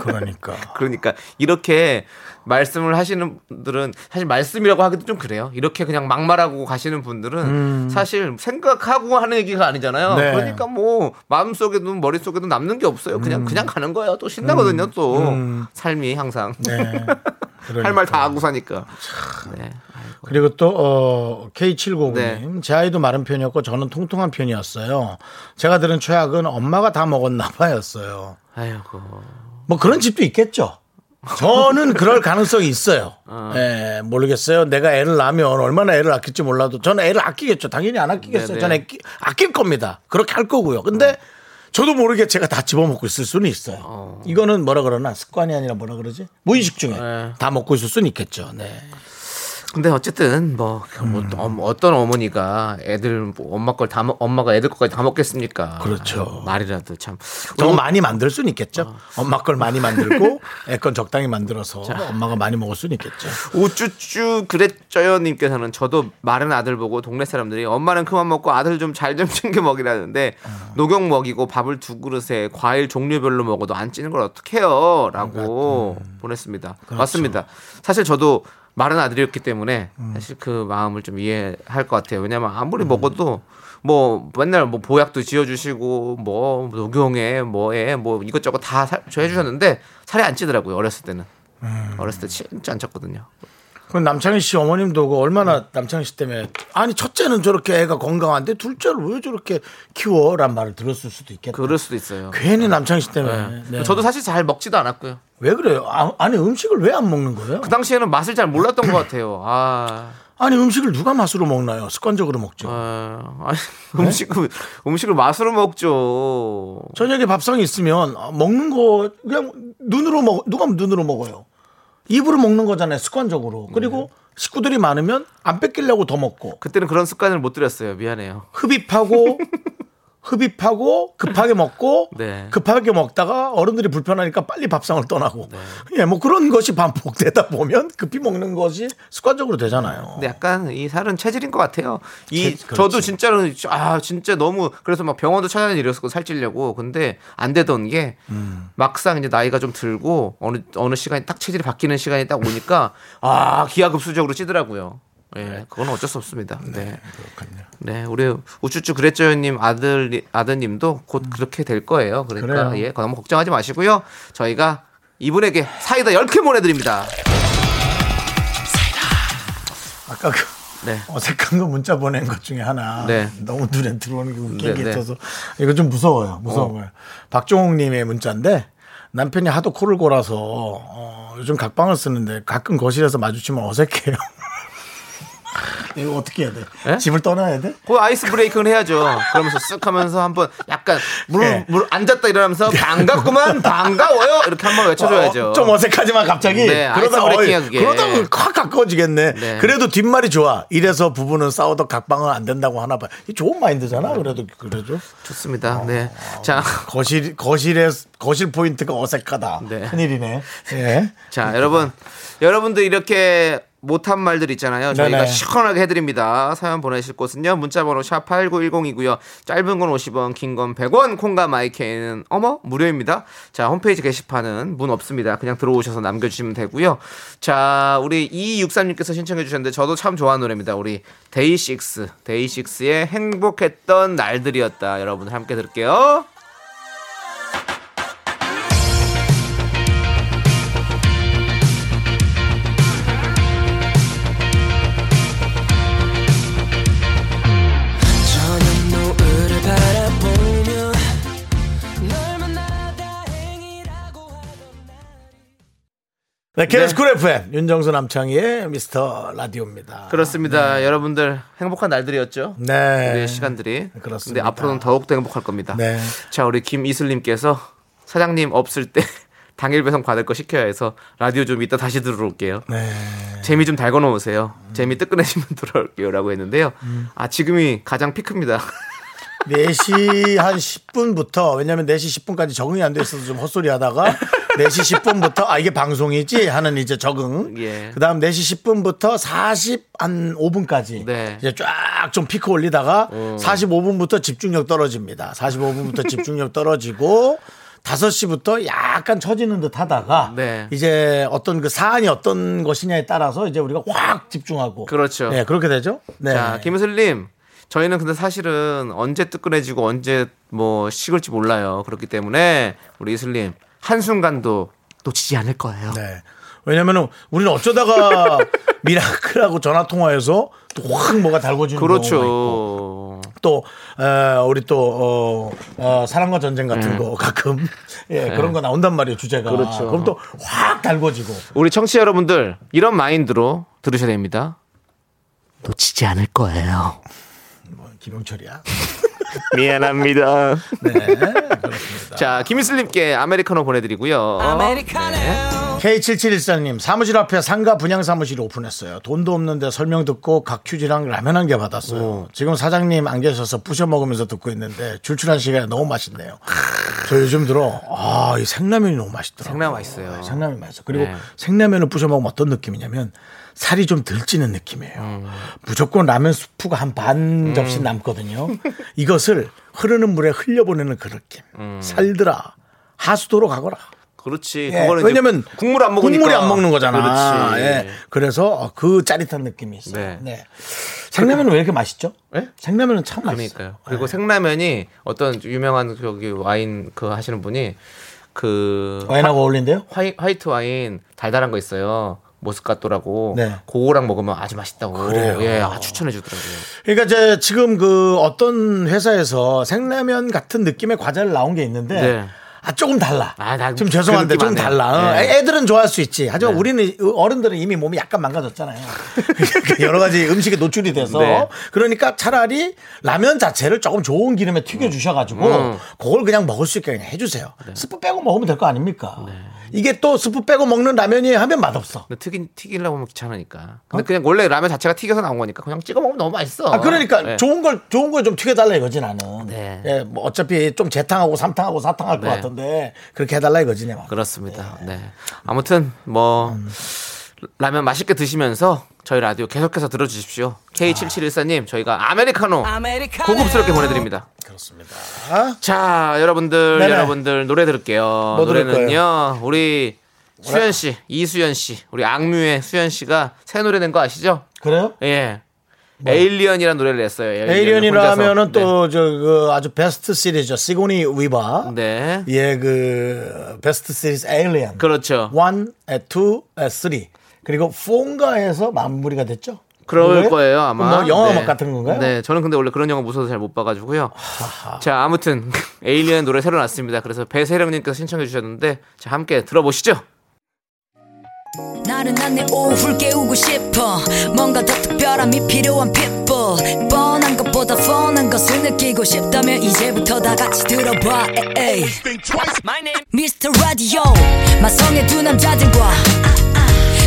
S1: 그러니까.
S2: 그러니까 이렇게 말씀을 하시는 분들은 사실 말씀이라고 하기도 좀 그래요. 이렇게 그냥 막말하고 가시는 분들은 사실 생각하고 하는 얘기가 아니잖아요.
S1: 음. 네.
S2: 그러니까 뭐 마음속에도 머릿속에도 남는 게 없어요. 그냥
S1: 음.
S2: 그냥 가는 거예요. 또 신나거든요. 또 삶이 항상
S1: 네. 그러니까.
S2: 할 말 다 하고 사니까. 네.
S1: 그리고 또, 어, K709님.
S2: 네.
S1: 제 아이도 마른 편이었고 저는 통통한 편이었어요. 제가 들은 최악은 엄마가 다 먹었나 봐였어요.
S2: 아이고.
S1: 뭐 그런 집도 있겠죠. 저는 그럴 가능성이 있어요. 예, 모르겠어요. 내가 애를 낳으면 얼마나 애를 아낄지 몰라도 저는 애를 아끼겠죠. 당연히 안 아끼겠어요.
S2: 네네. 어.
S1: 저는 아끼, 아낄 겁니다. 그렇게 할 거고요. 근데 저도 모르게 제가 다 집어먹고 있을 수는 있어요. 이거는 뭐라 그러나 습관이 아니라 뭐라 그러지? 무의식 중에
S2: 네. 어.
S1: 다 먹고 있을 수는 있겠죠. 네.
S2: 근데 어쨌든 뭐, 그 뭐,
S1: 음.
S2: 또 어머- 어떤 어머니가 애들 뭐 엄마 걸 다 엄마가 애들 것까지 다 먹겠습니까?
S1: 그렇죠.
S2: 아이고, 말이라도 참.
S1: 더 많이 만들 수는 있겠죠.
S2: 어.
S1: 엄마 걸 많이 만들고 애 건 적당히 만들어서 엄마가 많이 먹을 수는 있겠죠.
S2: 우쭈쭈 그랬죠요 님께서는 저도 마른 아들 보고 동네 사람들이 엄마는 그만 먹고 아들 좀 잘 좀 챙겨 먹이라는데 녹용 먹이고 밥을 두 그릇에 과일 종류별로 먹어도 안 찌는 걸 어떡해요 라고 보냈습니다 맞습니다 사실 저도 마른 아들이었기 때문에 사실 그 마음을 좀 이해할 것 같아요 왜냐면 아무리 먹어도 뭐 맨날 뭐 보약도 지어주시고 뭐 녹용에 뭐에 뭐 이것저것 다 사- 저 해주셨는데 살이 안 찌더라고요 어렸을 때는 어렸을 때 진짜 안 쪘거든요.
S1: 그럼 남창희 씨 어머님도 그
S2: 네.
S1: 얼마나 남창희 씨 때문에 아니 첫째는 저렇게 애가 건강한데 둘째를 왜 저렇게 키워란 말을 들었을 수도 있겠다.
S2: 그럴 수도 있어요.
S1: 괜히 남창희 씨 때문에.
S2: 네.
S1: 네.
S2: 저도 사실 잘 먹지도 않았고요.
S1: 왜 그래요? 아, 아니 음식을 왜 안 먹는 거예요?
S2: 그 당시에는 맛을 잘 몰랐던 것 같아요. 아,
S1: 아니 음식을 누가 맛으로 먹나요? 습관적으로 먹죠.
S2: 아, 아니,
S1: 네?
S2: 음식을 음식을 맛으로 먹죠.
S1: 저녁에 밥상이 있으면 아, 먹는 거 그냥 눈으로 먹 누가 눈으로 먹어요. 입으로 먹는 거잖아요. 습관적으로. 그리고
S2: 네.
S1: 식구들이 많으면 안 뺏기려고 더 먹고
S2: 그때는 그런 습관을 못 들였어요. 미안해요.
S1: 흡입하고 흡입하고 급하게 먹고
S2: 네.
S1: 급하게 먹다가 어른들이 불편하니까 빨리 밥상을 떠나고 예 뭐 그런 것이 반복되다 보면 급히 먹는 것이 습관적으로 되잖아요.
S2: 근데 약간 이 살은 체질인 것 같아요. 이
S1: 체- 그렇지.
S2: 저도 진짜로 아 진짜 너무 그래서 막 병원도 찾아다니 이랬었고 살찌려고 근데 안 되던 게
S1: 음.
S2: 막상 이제 나이가 좀 들고 어느 어느 시간이 딱 체질이 바뀌는 시간이 딱 오니까 아 기하급수적으로 찌더라고요. 예,
S1: 네.
S2: 그건 어쩔 수 없습니다. 네. 네, 우리 우쭈쭈 그랬죠님 아들 아드님도 곧 그렇게 될 거예요. 그러니까
S1: 음. 그래요.
S2: 예, 너무 걱정하지 마시고요. 저희가 이분에게 사이다 10개 보내드립니다.
S1: 아까 그
S2: 네.
S1: 어색한 거 문자 보낸 것 중에 하나
S2: 네.
S1: 너무 눈에 들어오는 게 웃긴
S2: 네,
S1: 게
S2: 네. 어.
S1: 있어서 이거 좀 무서워요. 무서워요. 박종욱님의 문자인데 남편이 하도 코를 골아서 어, 요즘 각방을 쓰는데 가끔 거실에서 마주치면 어색해요. 이거 어떻게 해야 돼?
S2: 네?
S1: 집을 떠나야 돼?
S2: 그 아이스 브레이크는 해야죠. 그러면서 쓱 하면서 한번 약간 물,
S1: 예.
S2: 물 앉았다 일어나면서 반갑구만 반가워요 이렇게 한번 외쳐줘야죠.
S1: 어, 좀 어색하지만 갑자기
S2: 네,
S1: 그러다
S2: 아이스
S1: 어이,
S2: 브레이킹이야, 그게.
S1: 그러다 확 가까워지겠네.
S2: 네.
S1: 그래도 뒷말이 좋아. 이래서 부부는 싸워도 각방은 안 된다고 하나 봐. 이 좋은 마인드잖아. 그래도 그래도 어.
S2: 좋습니다. 네. 자,
S1: 거실 거실에 거실 포인트가 어색하다.
S2: 네.
S1: 큰일이네. 예.
S2: 자 여러분 여러분들 이렇게 못한 말들 있잖아요. 저희가
S1: 네네.
S2: 시원하게 해드립니다. 사연 보내실 곳은요. 문자번호 샵 8910이고요. 짧은 건 50원, 긴 건 100원, 콩과 마이케이는 어머 무료입니다. 자 홈페이지 게시판은 문 없습니다. 그냥 들어오셔서 남겨주시면 되고요. 자 우리 263님께서 신청해 주셨는데 저도 참 좋아하는 노래입니다. 우리 데이식스, 데이식스의 행복했던 날들이었다. 여러분 함께 들을게요.
S1: 네, 케빈스 쿨 FM 윤정수 남창희의 미스터 라디오입니다. 아,
S2: 그렇습니다. 여러분들 행복한 날들이었죠.
S1: 네.
S2: 우리의 시간들이.
S1: 그렇습니다.
S2: 근데 앞으로는 더욱더 행복할 겁니다.
S1: 네.
S2: 자, 우리 김이슬님께서 사장님 없을 때 당일 배송 받을 거 시켜야 해서 라디오 좀 이따 다시 들어올게요.
S1: 네.
S2: 재미 좀 달궈 놓으세요. 재미 뜨끈해지면 들어올게요. 라고 했는데요.
S1: 음.
S2: 아, 지금이 가장 피크입니다.
S1: 4시 한 10분부터 왜냐면 4시 10분까지 적응이 안 돼 있어서 좀 헛소리 하다가 4시 10분부터 아 이게 방송이지 하는 이제 적응.
S2: 예.
S1: 그다음 4시 10분부터 40한 5분까지
S2: 네. 어.
S1: 이제 쫙 좀 피크 올리다가 45분부터 집중력 떨어집니다. 45분부터 집중력 떨어지고 5시부터 약간 처지는 듯 하다가
S2: 네.
S1: 이제 어떤 그 사안이 어떤 것이냐에 따라서 이제 우리가 확 집중하고
S2: 그렇죠.
S1: 네, 그렇게 되죠. 네.
S2: 자, 김슬님. 저희는 근데 사실은 언제 뜨끈해지고 언제 뭐 식을지 몰라요. 그렇기 때문에 우리 이슬님 한순간도 놓치지 않을 거예요.
S1: 네. 왜냐면은 우리는 어쩌다가 미라클하고 전화 통화해서 또 확 뭐가 달궈지는 경우가 있고.
S2: 그렇죠.
S1: 또 어, 우리 또 어, 어, 사랑과 전쟁 같은 거 가끔 예, 그런 거 나온단 말이에요 주제가
S2: 음. 네. 그렇죠.
S1: 그럼 또 확 달궈지고
S2: 우리 청취자 여러분들 이런 마인드로 들으셔야 됩니다. 놓치지 않을 거예요.
S1: 뭐, 김용철이야
S2: 미안합니다.
S1: 네 그렇습니다
S2: 자, 김이슬님께 아메리카노 보내드리고요.
S1: K7714님 사무실 앞에 상가 분양 사무실이 오픈했어요 돈도 없는데 설명 듣고 각 퀴즈랑 라면 한 개 받았어요 지금 사장님 안 계셔서 부셔 먹으면서 듣고 있는데 출출한 시간에 너무 맛있네요 저 요즘 들어 아이 생라면이 너무 맛있더라고요 아,
S2: 장난 맛있어요.
S1: 생라면 맛있어. 그리고
S2: 네.
S1: 생라면을 부셔 먹으면 어떤 느낌이냐면 살이 좀 덜 찌는 느낌이에요. 무조건 라면 수프가 한 반 접시 남거든요. 이것을 흐르는 물에 흘려보내는 그 느낌. 살들아 하수도로 가거라.
S2: 그렇지.
S1: 예,
S2: 그거는 이제
S1: 왜냐면
S2: 국물 안 먹으니까.
S1: 국물이 안 먹는 거잖아.
S2: 그렇지.
S1: 예. 그래서 어, 그 짜릿한 느낌이 있어요.
S2: 네.
S1: 네. 생라면은 왜 이렇게 맛있죠?
S2: 예?
S1: 생라면은 참
S2: 그러니까요.
S1: 맛있어요. 예.
S2: 그리고 생라면이 어떤 유명한 저기 와인 그 하시는 분이 그
S1: 와인하고 어울린대요?
S2: 화이, 화이트 와인 달달한 거 있어요. 모스카토라고.
S1: 네.
S2: 그거랑 먹으면 아주 맛있다고.
S1: 그래요.
S2: 예, 아, 추천해 주더라고요.
S1: 그러니까 이제 지금 그 어떤 회사에서 생라면 같은 느낌의 과자를 나온 게 있는데
S2: 네.
S1: 아 조금 달라.
S2: 아, 나
S1: 좀
S2: 그
S1: 죄송한데
S2: 느낌
S1: 좀
S2: 안 해요.
S1: 달라. 어,
S2: 네.
S1: 애- 애들은 좋아할 수 있지. 하지만
S2: 네.
S1: 우리는 어른들은 이미 몸이 약간 망가졌잖아요. 그러니까 여러 가지 음식에 노출이 돼서
S2: 네.
S1: 그러니까 차라리 라면 자체를 조금 좋은 기름에 튀겨
S2: 음.
S1: 주셔가지고 그걸 그냥 먹을 수 있게 그냥 해주세요.
S2: 네.
S1: 스프 빼고 먹으면 될 거 아닙니까? 이게 또 스프 빼고 먹는 라면이 하면 맛없어.
S2: 근데 튀긴 튀기려고 하면 귀찮으니까. 근데 그냥 원래 라면 자체가 튀겨서 나온 거니까 그냥 찍어 먹으면 너무 맛있어.
S1: 어? 아, 그러니까
S2: 예.
S1: 좋은 걸 좋은 걸 좀 튀겨달라 이거지 나는.
S2: 네.
S1: 예, 뭐 어차피 좀 재탕하고 삼탕하고 사탕할 것
S2: 네.
S1: 같은데 그렇게 해달라 이거지 내 말.
S2: 그렇습니다. 네. 아무튼 뭐
S1: 음.
S2: 라면 맛있게 드시면서 저희 라디오 계속해서 들어주십시오. K7714님 저희가 아메리카노 고급스럽게 보내드립니다.
S1: 아. 그렇습니다.
S2: 자 여러분들
S1: 네네.
S2: 여러분들 노래 들을게요.
S1: 뭐 들을
S2: 노래는요 우리 수현 씨 이수현 씨 우리 악뮤의 수현 씨가 새 노래 낸 거 아시죠?
S1: 그래요?
S2: 예. 네, 에일리언이라는 노래를 냈어요.
S1: 에이리언이라면은
S2: 혼자서.
S1: 또 저 그 아주 베스트 시리즈죠 시고니 위바.
S2: 네. 네.
S1: 예 그 베스트 시리즈 에일리언.
S2: 그렇죠.
S1: 1, 2, 3 그리고 4인가에서 마무리가 됐죠?
S2: 그럴
S1: 그거예요?
S2: 거예요 아마.
S1: 뭐 영화
S2: 네.
S1: 음악 같은 건가요?
S2: 네, 저는 근데 원래 그런 영화 무서워서 잘 못 봐가지고요. 자, 아무튼 에일리언 노래 새로 났습니다. 그래서 배세령님께서 신청해 주셨는데 자 함께 들어보시죠.
S5: 나른한 내 오후를 깨우고 싶어 뭔가 더 특별함이 필요한 people 뻔한 것보다 뻔한 것을 느끼고 싶다면 이제부터 다 같이 들어봐 에이. Mr. Radio 마성의 두 남자들과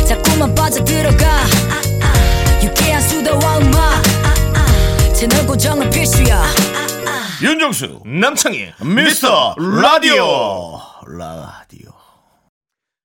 S5: 자꾸만 빠져들어가 유쾌한 수다와 음악 채널 고정은 필수야
S1: 윤정수 남창희 미스터 라디오 라디오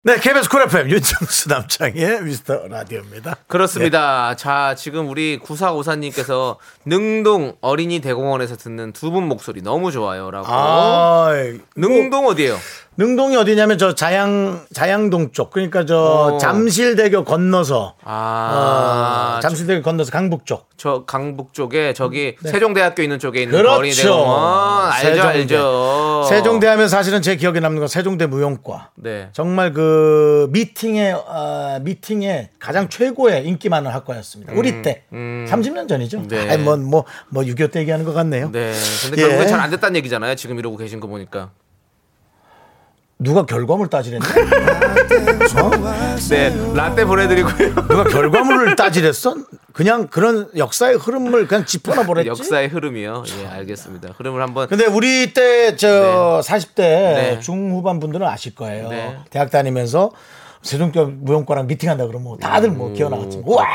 S1: 네 KBS 쿨 FM 윤정수 남창희의 미스터 라디오입니다
S2: 그렇습니다.
S1: 예.
S2: 자, 지금 우리 구사오사님께서 능동 어린이 대공원에서 듣는 두 분 목소리 너무 좋아요라고.
S1: 아 능동
S2: 능동 어디예요?
S1: 능동이 어디냐면 저 자양 자양동 쪽 그러니까 저
S2: 어.
S1: 잠실대교 건너서
S2: 아,
S1: 어, 잠실대교 건너서 강북 쪽
S2: 저 강북 쪽에 저기
S1: 네.
S2: 세종대학교 있는 쪽에 있는 어린이 그 대공원
S1: 그렇죠
S2: 알죠 알죠.
S1: 세종대 하면 사실은 제 기억에 남는 건 세종대 무용과
S2: 네.
S1: 정말 그 미팅의 아, 미팅의 가장 최고의 인기 많은 학과였습니다. 우리 때 30년 전이죠.
S2: 음, 네.
S1: 아이 뭐뭐 뭐 6.25 때 얘기하는 것 같네요.
S2: 네. 근데
S1: 예.
S2: 결국엔 잘 안 됐다는 얘기잖아요. 지금 이러고 계신 거 보니까.
S1: 누가 결과물 따지랬냐?
S2: 네, 라떼 보내드리고요.
S1: 누가 결과물을 따지랬어? 그냥 그런 역사의 흐름을 그냥 짚어나 버렸지.
S2: 역사의 흐름이요. 예, 알겠습니다. 흐름을 한번.
S1: 근데 우리 때 저 40대
S2: 네.
S1: 중후반 분들은 아실 거예요.
S2: 네.
S1: 대학 다니면서 세종대 무용과랑 미팅한다 그러면 다들 뭐
S2: 음,
S1: 기어 나갔지. 와!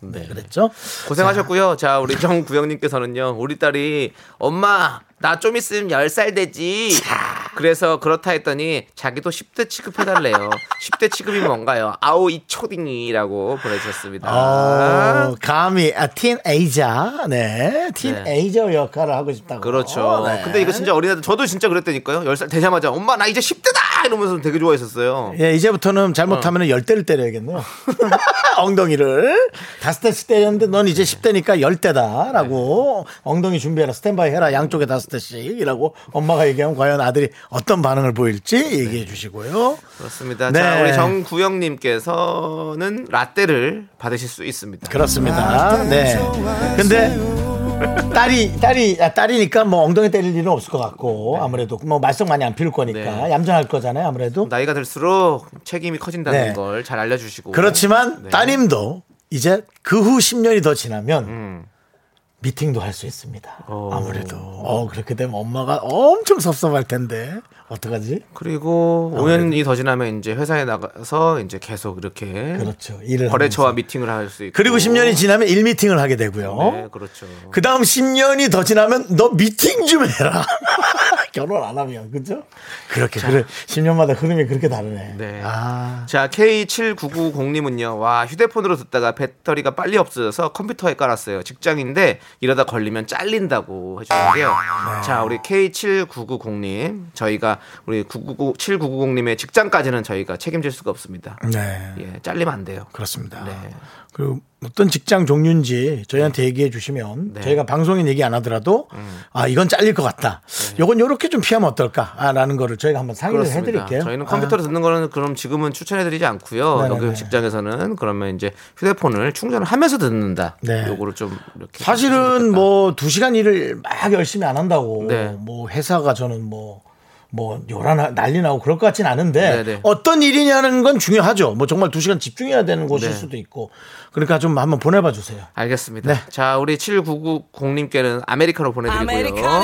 S1: 네, 그랬죠.
S2: 고생하셨고요. 자, 우리 정구영님께서는요. 우리 딸이 엄마 나 좀 있으면 10살 되지. 그래서 그렇다 했더니 자기도 10대 취급해달래요. 10대 취급이 뭔가요? 아오 이 초딩이라고 보내주셨습니다.
S1: 어, 감히 아, 틴에이저 네 틴에이저 역할을 하고 싶다고
S2: 그렇죠.
S1: 네.
S2: 근데 이거 진짜 어린애들 저도 진짜 그랬다니까요. 10살 되자마자 엄마 나 이제 10대다 이러면서 되게 좋아했었어요.
S1: 예, 이제부터는 잘못하면
S2: 어.
S1: 은 10대를 때려야겠네요. 엉덩이를. 다섯 대씩 때렸는데 넌 이제 10대니까 10대다. 라고
S2: 네.
S1: 엉덩이 준비해라. 스탠바이 해라. 양쪽에 다섯 대씩. 이라고 엄마가 얘기하면 과연 아들이 어떤 반응을 보일지
S2: 네.
S1: 얘기해 주시고요.
S2: 그렇습니다.
S1: 네.
S2: 자, 우리 정구영님께서는 라떼를 받으실 수 있습니다.
S1: 그렇습니다. 네. 근데 딸이 딸이 아, 딸이니까 뭐 엉덩이 때릴 일은 없을 것 같고 아무래도 뭐 말썽 많이 안 피울 거니까
S2: 네.
S1: 얌전할 거잖아요. 아무래도
S2: 나이가 들수록 책임이 커진다는
S1: 네.
S2: 걸 잘 알려주시고.
S1: 그렇지만
S2: 네.
S1: 따님도 이제 그 후 10년이 더 지나면
S2: 음.
S1: 미팅도 할 수 있습니다. 아무래도 어 그렇게 되면 엄마가 엄청 섭섭할 텐데 어떡하지?
S2: 그리고 5년이 더 지나면 이제 회사에 나가서 이제 계속 이렇게
S1: 그렇죠. 일을
S2: 거래처와
S1: 하면서.
S2: 미팅을 할 수 있고.
S1: 그리고 10년이 지나면 일 미팅을 하게 되고요.
S2: 네, 그렇죠.
S1: 그 다음 10년이 더 지나면 너 미팅 좀 해라. 결혼 안 하면, 그죠? 그렇게, 그래. 10년마다 흐름이 그렇게 다르네.
S2: 네.
S1: 아.
S2: 자, K7990님은요, 와, 휴대폰으로 듣다가 배터리가 빨리 없어져서 컴퓨터에 깔았어요. 직장인데, 이러다 걸리면 잘린다고 해주는데요.
S1: 네.
S2: 자, 우리 K7990님, 저희가, 우리 999, 7990님의 직장까지는 저희가 책임질 수가 없습니다.
S1: 네.
S2: 예, 잘리면 안 돼요.
S1: 그렇습니다.
S2: 네.
S1: 그리고 어떤 직장 종류인지 저희한테 얘기해 주시면
S2: 네. 음.
S1: 저희가 방송인 얘기 안 하더라도 아, 이건 잘릴 것 같다. 요건 요렇게 좀 피하면 어떨까? 아, 라는 거를 저희가 한번 상의를 해
S2: 네. 그렇습니다.
S1: 드릴게요. 아,
S2: 저희는 컴퓨터로 듣는 거는 그럼 지금은 추천해드리지 않고요.
S1: 네네네.
S2: 여기 직장에서는 그러면 이제 휴대폰을 충전을 하면서 듣는다.
S1: 네.
S2: 요거를 좀 이렇게
S1: 사실은 뭐 두 시간 일을 막 열심히 안 한다고
S2: 네.
S1: 뭐 회사가 저는 뭐. 뭐 요란 난리 나고 그럴 것 같진 않은데
S2: 네네.
S1: 어떤 일이냐는 건 중요하죠. 뭐 정말 두 시간 집중해야 되는
S2: 네.
S1: 곳일 수도 있고 그러니까 좀 한번 보내봐 주세요.
S2: 알겠습니다. 자, 우리 7990님께는 아메리카노 보내드리고요.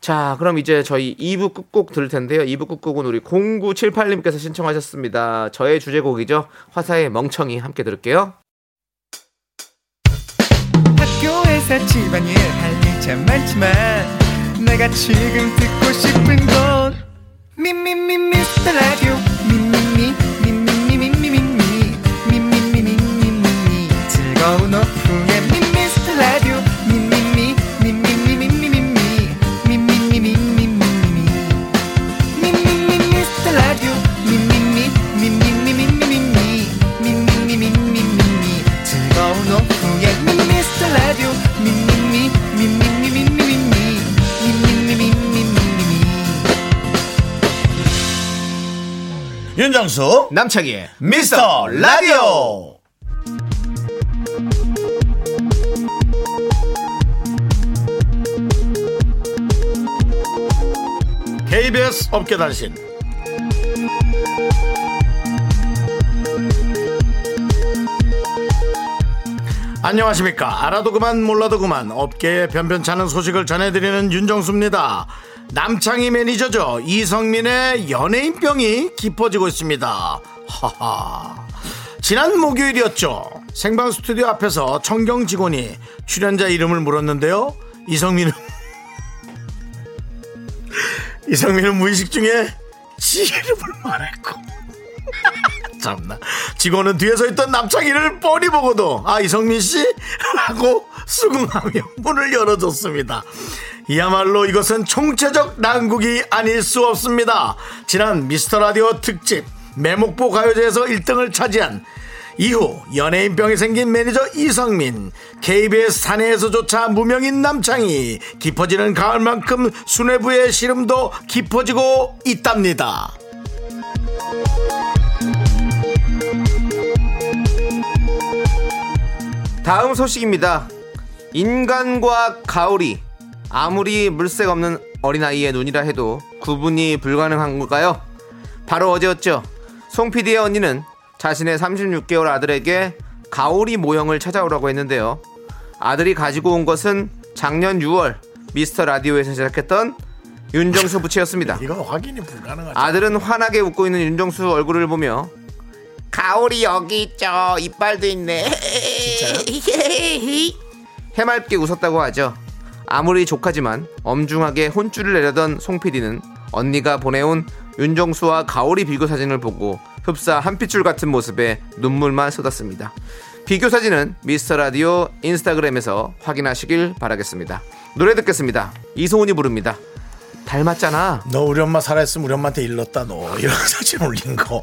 S2: 자, 그럼 이제 저희 2부 끝곡 들을 텐데요. 2부 끝곡은 우리 0978님께서 신청하셨습니다. 저의 주제곡이죠. 화사의 멍청이 함께 들을게요.
S6: 학교에서 집안일 할 일 참 많지만 내가 지금 듣고 싶은 건 미미미 미스터 라디오 미미미 미미미 미미미 미미미 미미미 즐거운 오후에 미스터 라디오 미미미 미미미 미미미 미미미 미미미
S1: 윤정수
S2: 남창희의
S1: 미스터 라디오. KBS 업계단신 안녕하십니까. 알아도 그만 몰라도 그만 업계의 변변찮은 소식을 전해드리는 윤정수입니다. 남창희 매니저죠. 이성민의 연예인병이 깊어지고 있습니다. 하하. 지난 목요일이었죠. 생방 스튜디오 앞에서 청경 직원이 출연자 이름을 물었는데요. 이성민은 이성민은 무의식 중에 지 이름을 말했고 참나 직원은 뒤에서 있던 남창희를 뻔히 보고도 아 이성민 씨 라고 수긍하며 문을 열어줬습니다 이야말로 이것은 총체적 난국이 아닐 수 없습니다 지난 미스터라디오 특집 매목보 가요제에서 1등을 차지한 이후 연예인병이 생긴 매니저 이성민, KBS 사내에서조차 무명인 남창희, 깊어지는 가을만큼 수뇌부의 시름도 깊어지고 있답니다.
S2: 다음 소식입니다. 인간과 가오리 아무리 물색 없는 어린아이의 눈이라 해도 구분이 불가능한 걸까요? 바로 어제였죠. 송 PD의 언니는 자신의 36개월 아들에게 가오리 모형을 찾아오라고 했는데요. 아들이 가지고 온 것은 작년 6월 미스터 라디오에서 제작했던 윤정수 부채였습니다.
S1: 이건 확인이 불가능하죠.
S2: 아들은 환하게 웃고 있는 윤정수 얼굴을 보며 가오리 여기 있죠 이빨도 있네 해맑게 웃었다고 하죠 아무리 조카지만 엄중하게 혼쭐을 내려던 송 PD는 언니가 보내온 윤정수와 가오리 비교 사진을 보고 흡사 한 핏줄 같은 모습에 눈물만 쏟았습니다. 비교 사진은 미스터 라디오 인스타그램에서 확인하시길 바라겠습니다. 노래 듣겠습니다. 이소은이 부릅니다. 닮았잖아.
S1: 너 우리 엄마 살아있으면 우리 엄마한테 일렀다 너 이런 사진 올린 거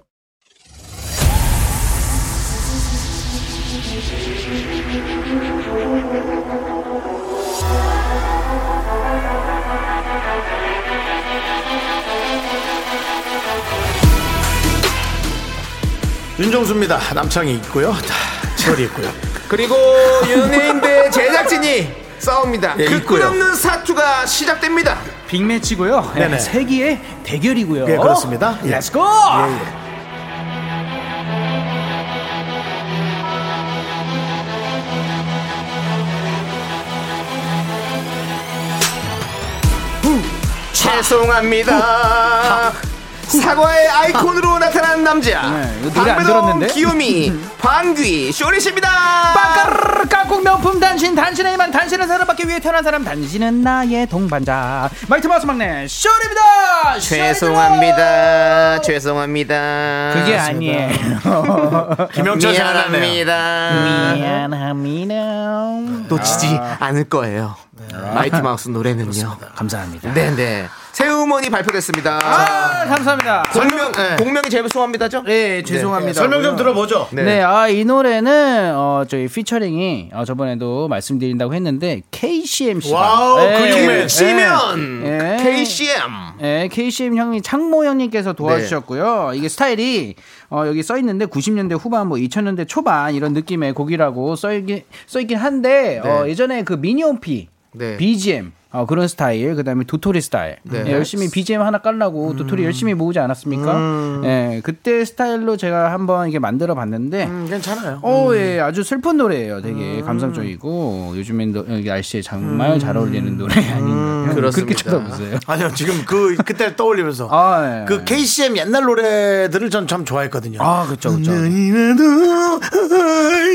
S1: 윤정수입니다 남창이 있고요 철이 있고요
S2: 그리고 연예인 대 제작진이 싸웁니다.
S1: 예,
S2: 그
S1: 있고요.
S2: 끝없는 사투가 시작됩니다.
S7: 빅매치고요.
S1: 네네.
S7: 세기의 대결이고요.
S1: 예, 그렇습니다. 예.
S7: 렛츠고!
S2: 죄송합니다. 사과의 아이콘으로 나타난 남자.
S7: 네, 이거 노래 안
S2: 방배동
S7: 들었는데?
S2: 기요미 방귀 쇼리씨입니다.
S7: 빵가르르 깍꿍 명품 단신 단신의 힘만 단신을 사랑받기 위해 태어난 사람 단신은 나의 동반자 마이트 마우스 막내 쇼리입니다 쇼리입니다!
S2: 죄송합니다. 죄송합니다.
S7: 그게 아니에요
S1: 김영철 잘하네요
S7: 음.
S2: 미안합니다. 네,
S7: 미안합니다
S2: 놓치지
S7: 아.
S2: 않을 거예요.
S7: 네.
S2: 마이티 마우스 노래는요.
S7: 감사합니다
S2: 네네. 새 음원이 발표됐습니다.
S7: 아 네. 감사합니다
S2: 공명 공명이 죄송합니다죠?
S7: 예 죄송합니다
S1: 설명 좀 들어보죠
S2: 네.
S7: 네, 아, 이 노래는, 어, 저희 피처링이, 어, 저번에도 말씀드린다고 했는데,
S2: 예.
S7: KCM씨가. 네.
S1: 와우, 그 근육맨.
S2: 시면
S7: 예.
S2: KCM.
S7: 예, KCM 형이 창모 형님께서 도와주셨고요. 이게 스타일이 어, 여기 써 있는데 90년대 후반 뭐 2000년대 초반 이런 느낌의 곡이라고 써 있긴 써 있긴 한데 어, 예전에 그 미니홈피
S2: 네.
S7: BGM 어, 그런 스타일, 그 다음에 도토리 스타일.
S2: 네.
S7: 예, 열심히 BGM 하나 깔라고
S1: 음.
S7: 도토리 열심히 모으지 않았습니까? 예, 그때 스타일로 제가 한번 이게 만들어 봤는데,
S1: 음, 괜찮아요 음.
S7: 어, 예, 아주 슬픈 노래예요. 되게 감성적이고, 요즘엔 노- 여기 날씨에 정말 잘 어울리는 노래 아닌가요? 그렇게
S2: 그렇습니다.
S7: 쳐다보세요.
S1: 음. 아니요 지금 그 그때를 떠올리면서
S7: 아, 예.
S1: 그 KCM 옛날 노래들을 전 참 좋아했거든요
S7: 아, 그쵸, 그쵸.
S1: 이래도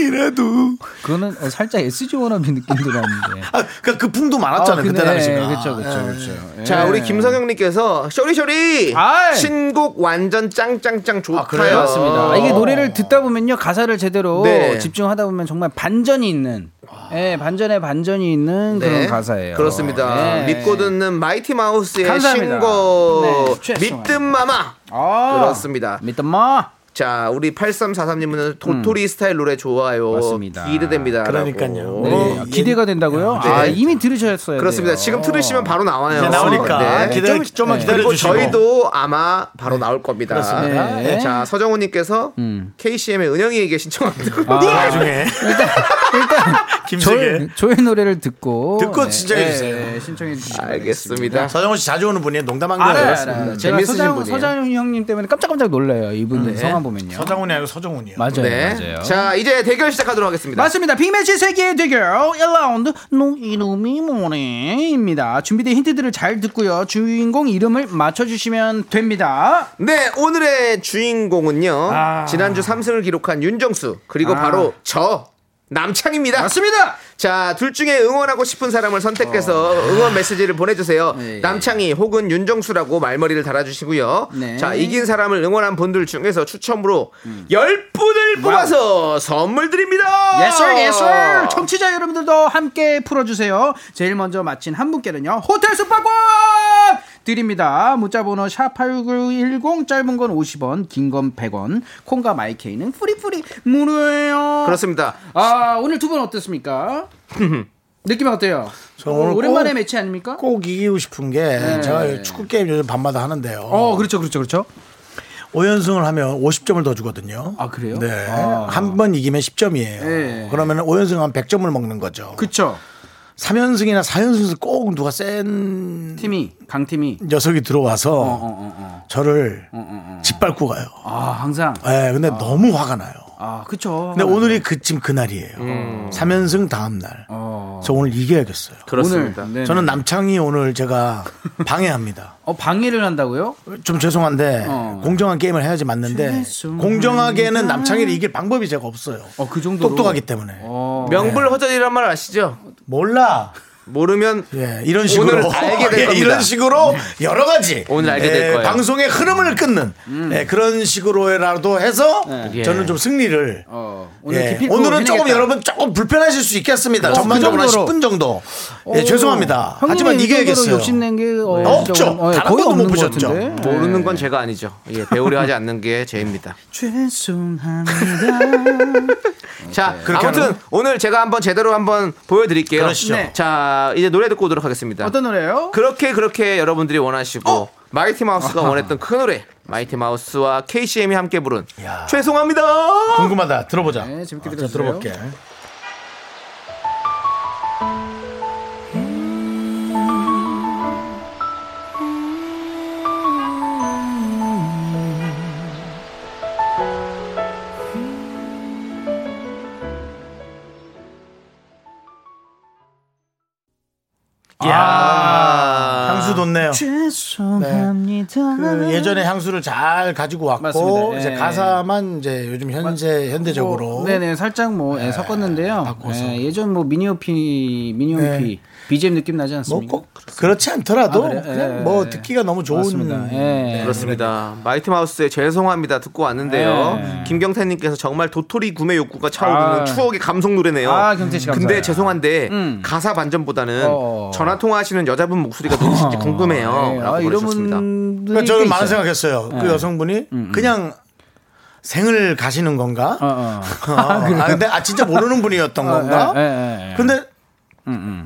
S1: 이래도
S7: 그거는 어, 살짝 SG 워너비 느낌도 나는데.
S1: 아, 그러니까 그 풍도 많았잖아요 그때 당시가
S7: 그쵸, 그쵸,
S1: 예.
S7: 그쵸. 예.
S2: 자 우리 김성형님께서 쇼리쇼리
S7: 아이. 아,
S2: 신곡 완전 짱짱짱
S1: 그래요?
S2: 좋다요.
S7: 맞습니다. 아, 이게 노래를 듣다 보면요 가사를 제대로
S2: 아. 네.
S7: 집중하다 보면 정말 반전이 있는, 예, 반전에 반전이 있는 그런 가사예요.
S2: 네. 그렇습니다.
S7: 예.
S2: 믿고 듣는 마이티 마우스의
S7: 감사합니다.
S2: 신곡
S7: 네,
S2: 믿든 마마.
S7: 아,
S2: 그렇습니다.
S7: 믿든마.
S2: 자, 우리 8343님은 도토리 스타일 노래 좋아요.
S7: 음. 맞습니다.
S2: 기대됩니다.
S1: 그러니까요.
S7: 네,
S1: 어,
S7: 기대가 된다고요?
S2: 네.
S7: 아 이미 들으셨어요.
S2: 그렇습니다. 지금 들으시면 바로 나와요.
S1: 이제 나오니까 아,
S2: 네.
S1: 기다려
S7: 좀-
S1: 좀만
S7: 네.
S1: 기다려
S2: 그리고
S1: 주시고
S2: 저희도 아마 바로 나올 겁니다.
S7: 그렇습니다. 네. 음.
S2: 자, 서정우님께서 KCM의 은영이에게 신청한다고.
S7: 아.
S1: 나중에 김세계 예.
S7: 저의, 저의 어. 노래를 듣고
S1: 듣고 진짜 해주세요.
S7: 예, 신청해 주시기
S2: 아, 알겠습니다.
S1: 서정훈 씨 자주 오는 분이 농담한
S7: 알아요,
S1: 거예요.
S7: 알아요. 제가
S2: 네, 재밌으신
S7: 서장,
S2: 분이에요.
S7: 서장 형님 때문에 깜짝깜짝 놀라요. 이분 성함 보면요.
S1: 서정훈이 아니고 서정훈이요.
S7: 맞아요,
S2: 네.
S7: 맞아요.
S2: 자, 이제 대결 시작하도록 하겠습니다.
S7: 맞습니다. 빅매치 세계의 대결 1라운드 너 이름이 뭐래입니다. 준비된 힌트들을 잘 듣고요. 주인공 이름을 맞춰주시면 됩니다.
S2: 네, 오늘의 주인공은요. 지난주 3승을 기록한 윤정수, 그리고
S7: 아.
S2: 바로 저, 남창입니다.
S7: 맞습니다.
S2: 자, 둘 중에 응원하고 싶은 사람을 선택해서 응원 메시지를 보내주세요.
S7: 어. 네.
S2: 남창희 혹은 윤정수라고 말머리를 달아주시고요.
S7: 네.
S2: 자, 이긴 사람을 응원한 분들 중에서 추첨으로
S7: 음.
S2: 열분을 뽑아서 선물 드립니다.
S7: 예술 예술 청취자 여러분들도 함께 풀어주세요 제일 먼저 마친 한 분께는요 호텔 숙박권 드립니다 문자번호 샵8910 짧은 건 50원 긴 건 100원 콩과 마이케이는 프리프리 무료예요
S2: 그렇습니다.
S7: 아 오늘 두 분 어땠습니까? 느낌 어때요?
S1: 저 오늘
S7: 오랜만에
S1: 꼭-
S7: 매치 아닙니까?
S1: 꼭 이기고 싶은 게 제가 축구 게임 요즘 밤마다 하는데요.
S7: 어 그렇죠 그렇죠 그렇죠
S1: 5연승을 하면 50점을 더 주거든요.
S7: 아, 그래요?
S1: 네.
S7: 아.
S1: 한 번 이기면 10점이에요.
S7: 네.
S1: 그러면 5연승 하면 100점을 먹는 거죠.
S7: 그렇죠
S1: 3연승이나 4연승에서 꼭 누가 센
S7: 팀이 강팀이
S1: 녀석이 들어와서
S7: 어, 어, 어.
S1: 저를 짓밟고 가요.
S7: 아 항상
S1: 예, 근데 너무 화가 나요.
S7: 아 그쵸.
S1: 근데 오늘이 그, 지금 그날이에요. 음. 3연승 다음날. 저 오늘 이겨야겠어요.
S2: 그렇습니다.
S7: 어. 오늘, 네네.
S1: 저는 남창이 오늘 제가 방해합니다.
S7: 어 방해를 한다고요?
S1: 좀 죄송한데
S7: 어.
S1: 공정한 게임을 해야지 맞는데
S7: 죄송합니다.
S1: 공정하게는 남창이를 이길 방법이 제가 없어요.
S7: 어 그 정도
S1: 똑똑하기 때문에
S7: 어,
S2: 명불허전이란 말 아시죠?
S1: 몰라.
S2: 모르면
S1: 예, 이런 식으로
S2: 오늘 알게 될
S1: 예,
S2: 겁니다.
S1: 이런 식으로
S7: 네.
S1: 여러 가지
S2: 오늘 알게 될 거예요.
S1: 방송의 흐름을
S7: 음.
S1: 끊는 예, 그런 식으로라도 해서
S2: 예.
S1: 저는 좀 승리를
S7: 네. 어, 오늘
S1: 예. 오늘
S7: 기필코
S1: 오늘은 조금
S7: 해내겠다.
S1: 여러분 조금 불편하실 수 있겠습니다. 전반적으로 한
S7: 그 정도로.
S1: 10분 정도. 예,
S7: 오,
S1: 죄송합니다.
S7: 형님이
S1: 하지만
S7: 이
S1: 이겨야겠어요. 네.
S7: 정도로 욕심낸 게 어,
S1: 없죠.
S7: 진짜 오늘-
S1: 단
S7: 거의
S1: 한 번도 못
S7: 없는 것
S1: 보셨죠. 네.
S7: 같은데?
S2: 모르는 건 제가 아니죠. 예, 배우려 하지 않는 게 죄입니다.
S1: 네.
S7: 죄송합니다.
S2: 자,
S1: 그렇게
S2: 아무튼
S1: 하는
S2: 오늘 제가 한번 제대로 한번 보여드릴게요.
S1: 그러시죠. 네.
S2: 자, 이제 노래 듣고 오도록 하겠습니다.
S7: 어떤 노래요?
S2: 그렇게 그렇게 여러분들이 원하시고
S1: 어?
S2: 마이티 마우스가 원했던 그 노래 마이티 마우스와 KCM이 함께 부른
S1: 야.
S2: 죄송합니다.
S1: 궁금하다. 들어보자.
S7: 네,
S1: 아,
S7: 재밌게
S1: 자,
S7: 들어주세요.
S1: 들어볼게.
S2: 아.
S1: 야, 아. 향수 돋네요.
S7: 죄송합니다.
S1: 그 예전에 향수를 잘 가지고 왔고
S7: 맞습니다.
S1: 이제
S7: 예.
S1: 가사만 이제 요즘 현재 현대적으로 아,
S7: 네네 살짝 뭐 예, 섞었는데요.
S1: 바꿔서. 네.
S7: 예, 예전 뭐 미니오피 미니오피 BGM 느낌 나지 않습니까?
S1: 뭐꼭 그렇지 않더라도
S7: 아, 그래요?
S1: 그냥
S7: 예,
S1: 뭐
S7: 예.
S1: 듣기가 너무 좋은
S7: 맞습니다. 예.
S2: 네. 그렇습니다. 마이티 마우스의 죄송합니다 듣고 왔는데요.
S7: 네.
S2: 김경태님께서 정말 도토리 구매 욕구가 차오르는
S7: 아.
S2: 추억의 감성 노래네요.
S7: 아, 경태 씨 감사해요.
S2: 근데 죄송한데
S7: 음.
S2: 가사 반전보다는
S7: 어.
S2: 전화 통화하시는 여자분 목소리가 누구신지 궁금해요.
S7: 예,
S2: 라고
S7: 아, 이런
S2: 보내주셨습니다.
S7: 분들이
S1: 그러니까 저는
S7: 꽤
S1: 많은
S7: 있어요.
S1: 생각했어요.
S7: 예.
S1: 그
S7: 음,
S1: 여성분이 그냥 생을 가시는 건가?
S7: 어, 어.
S1: 어. 아, 근데 아 진짜 모르는 분이었던 건가?
S7: 예, 예, 예.
S1: 근데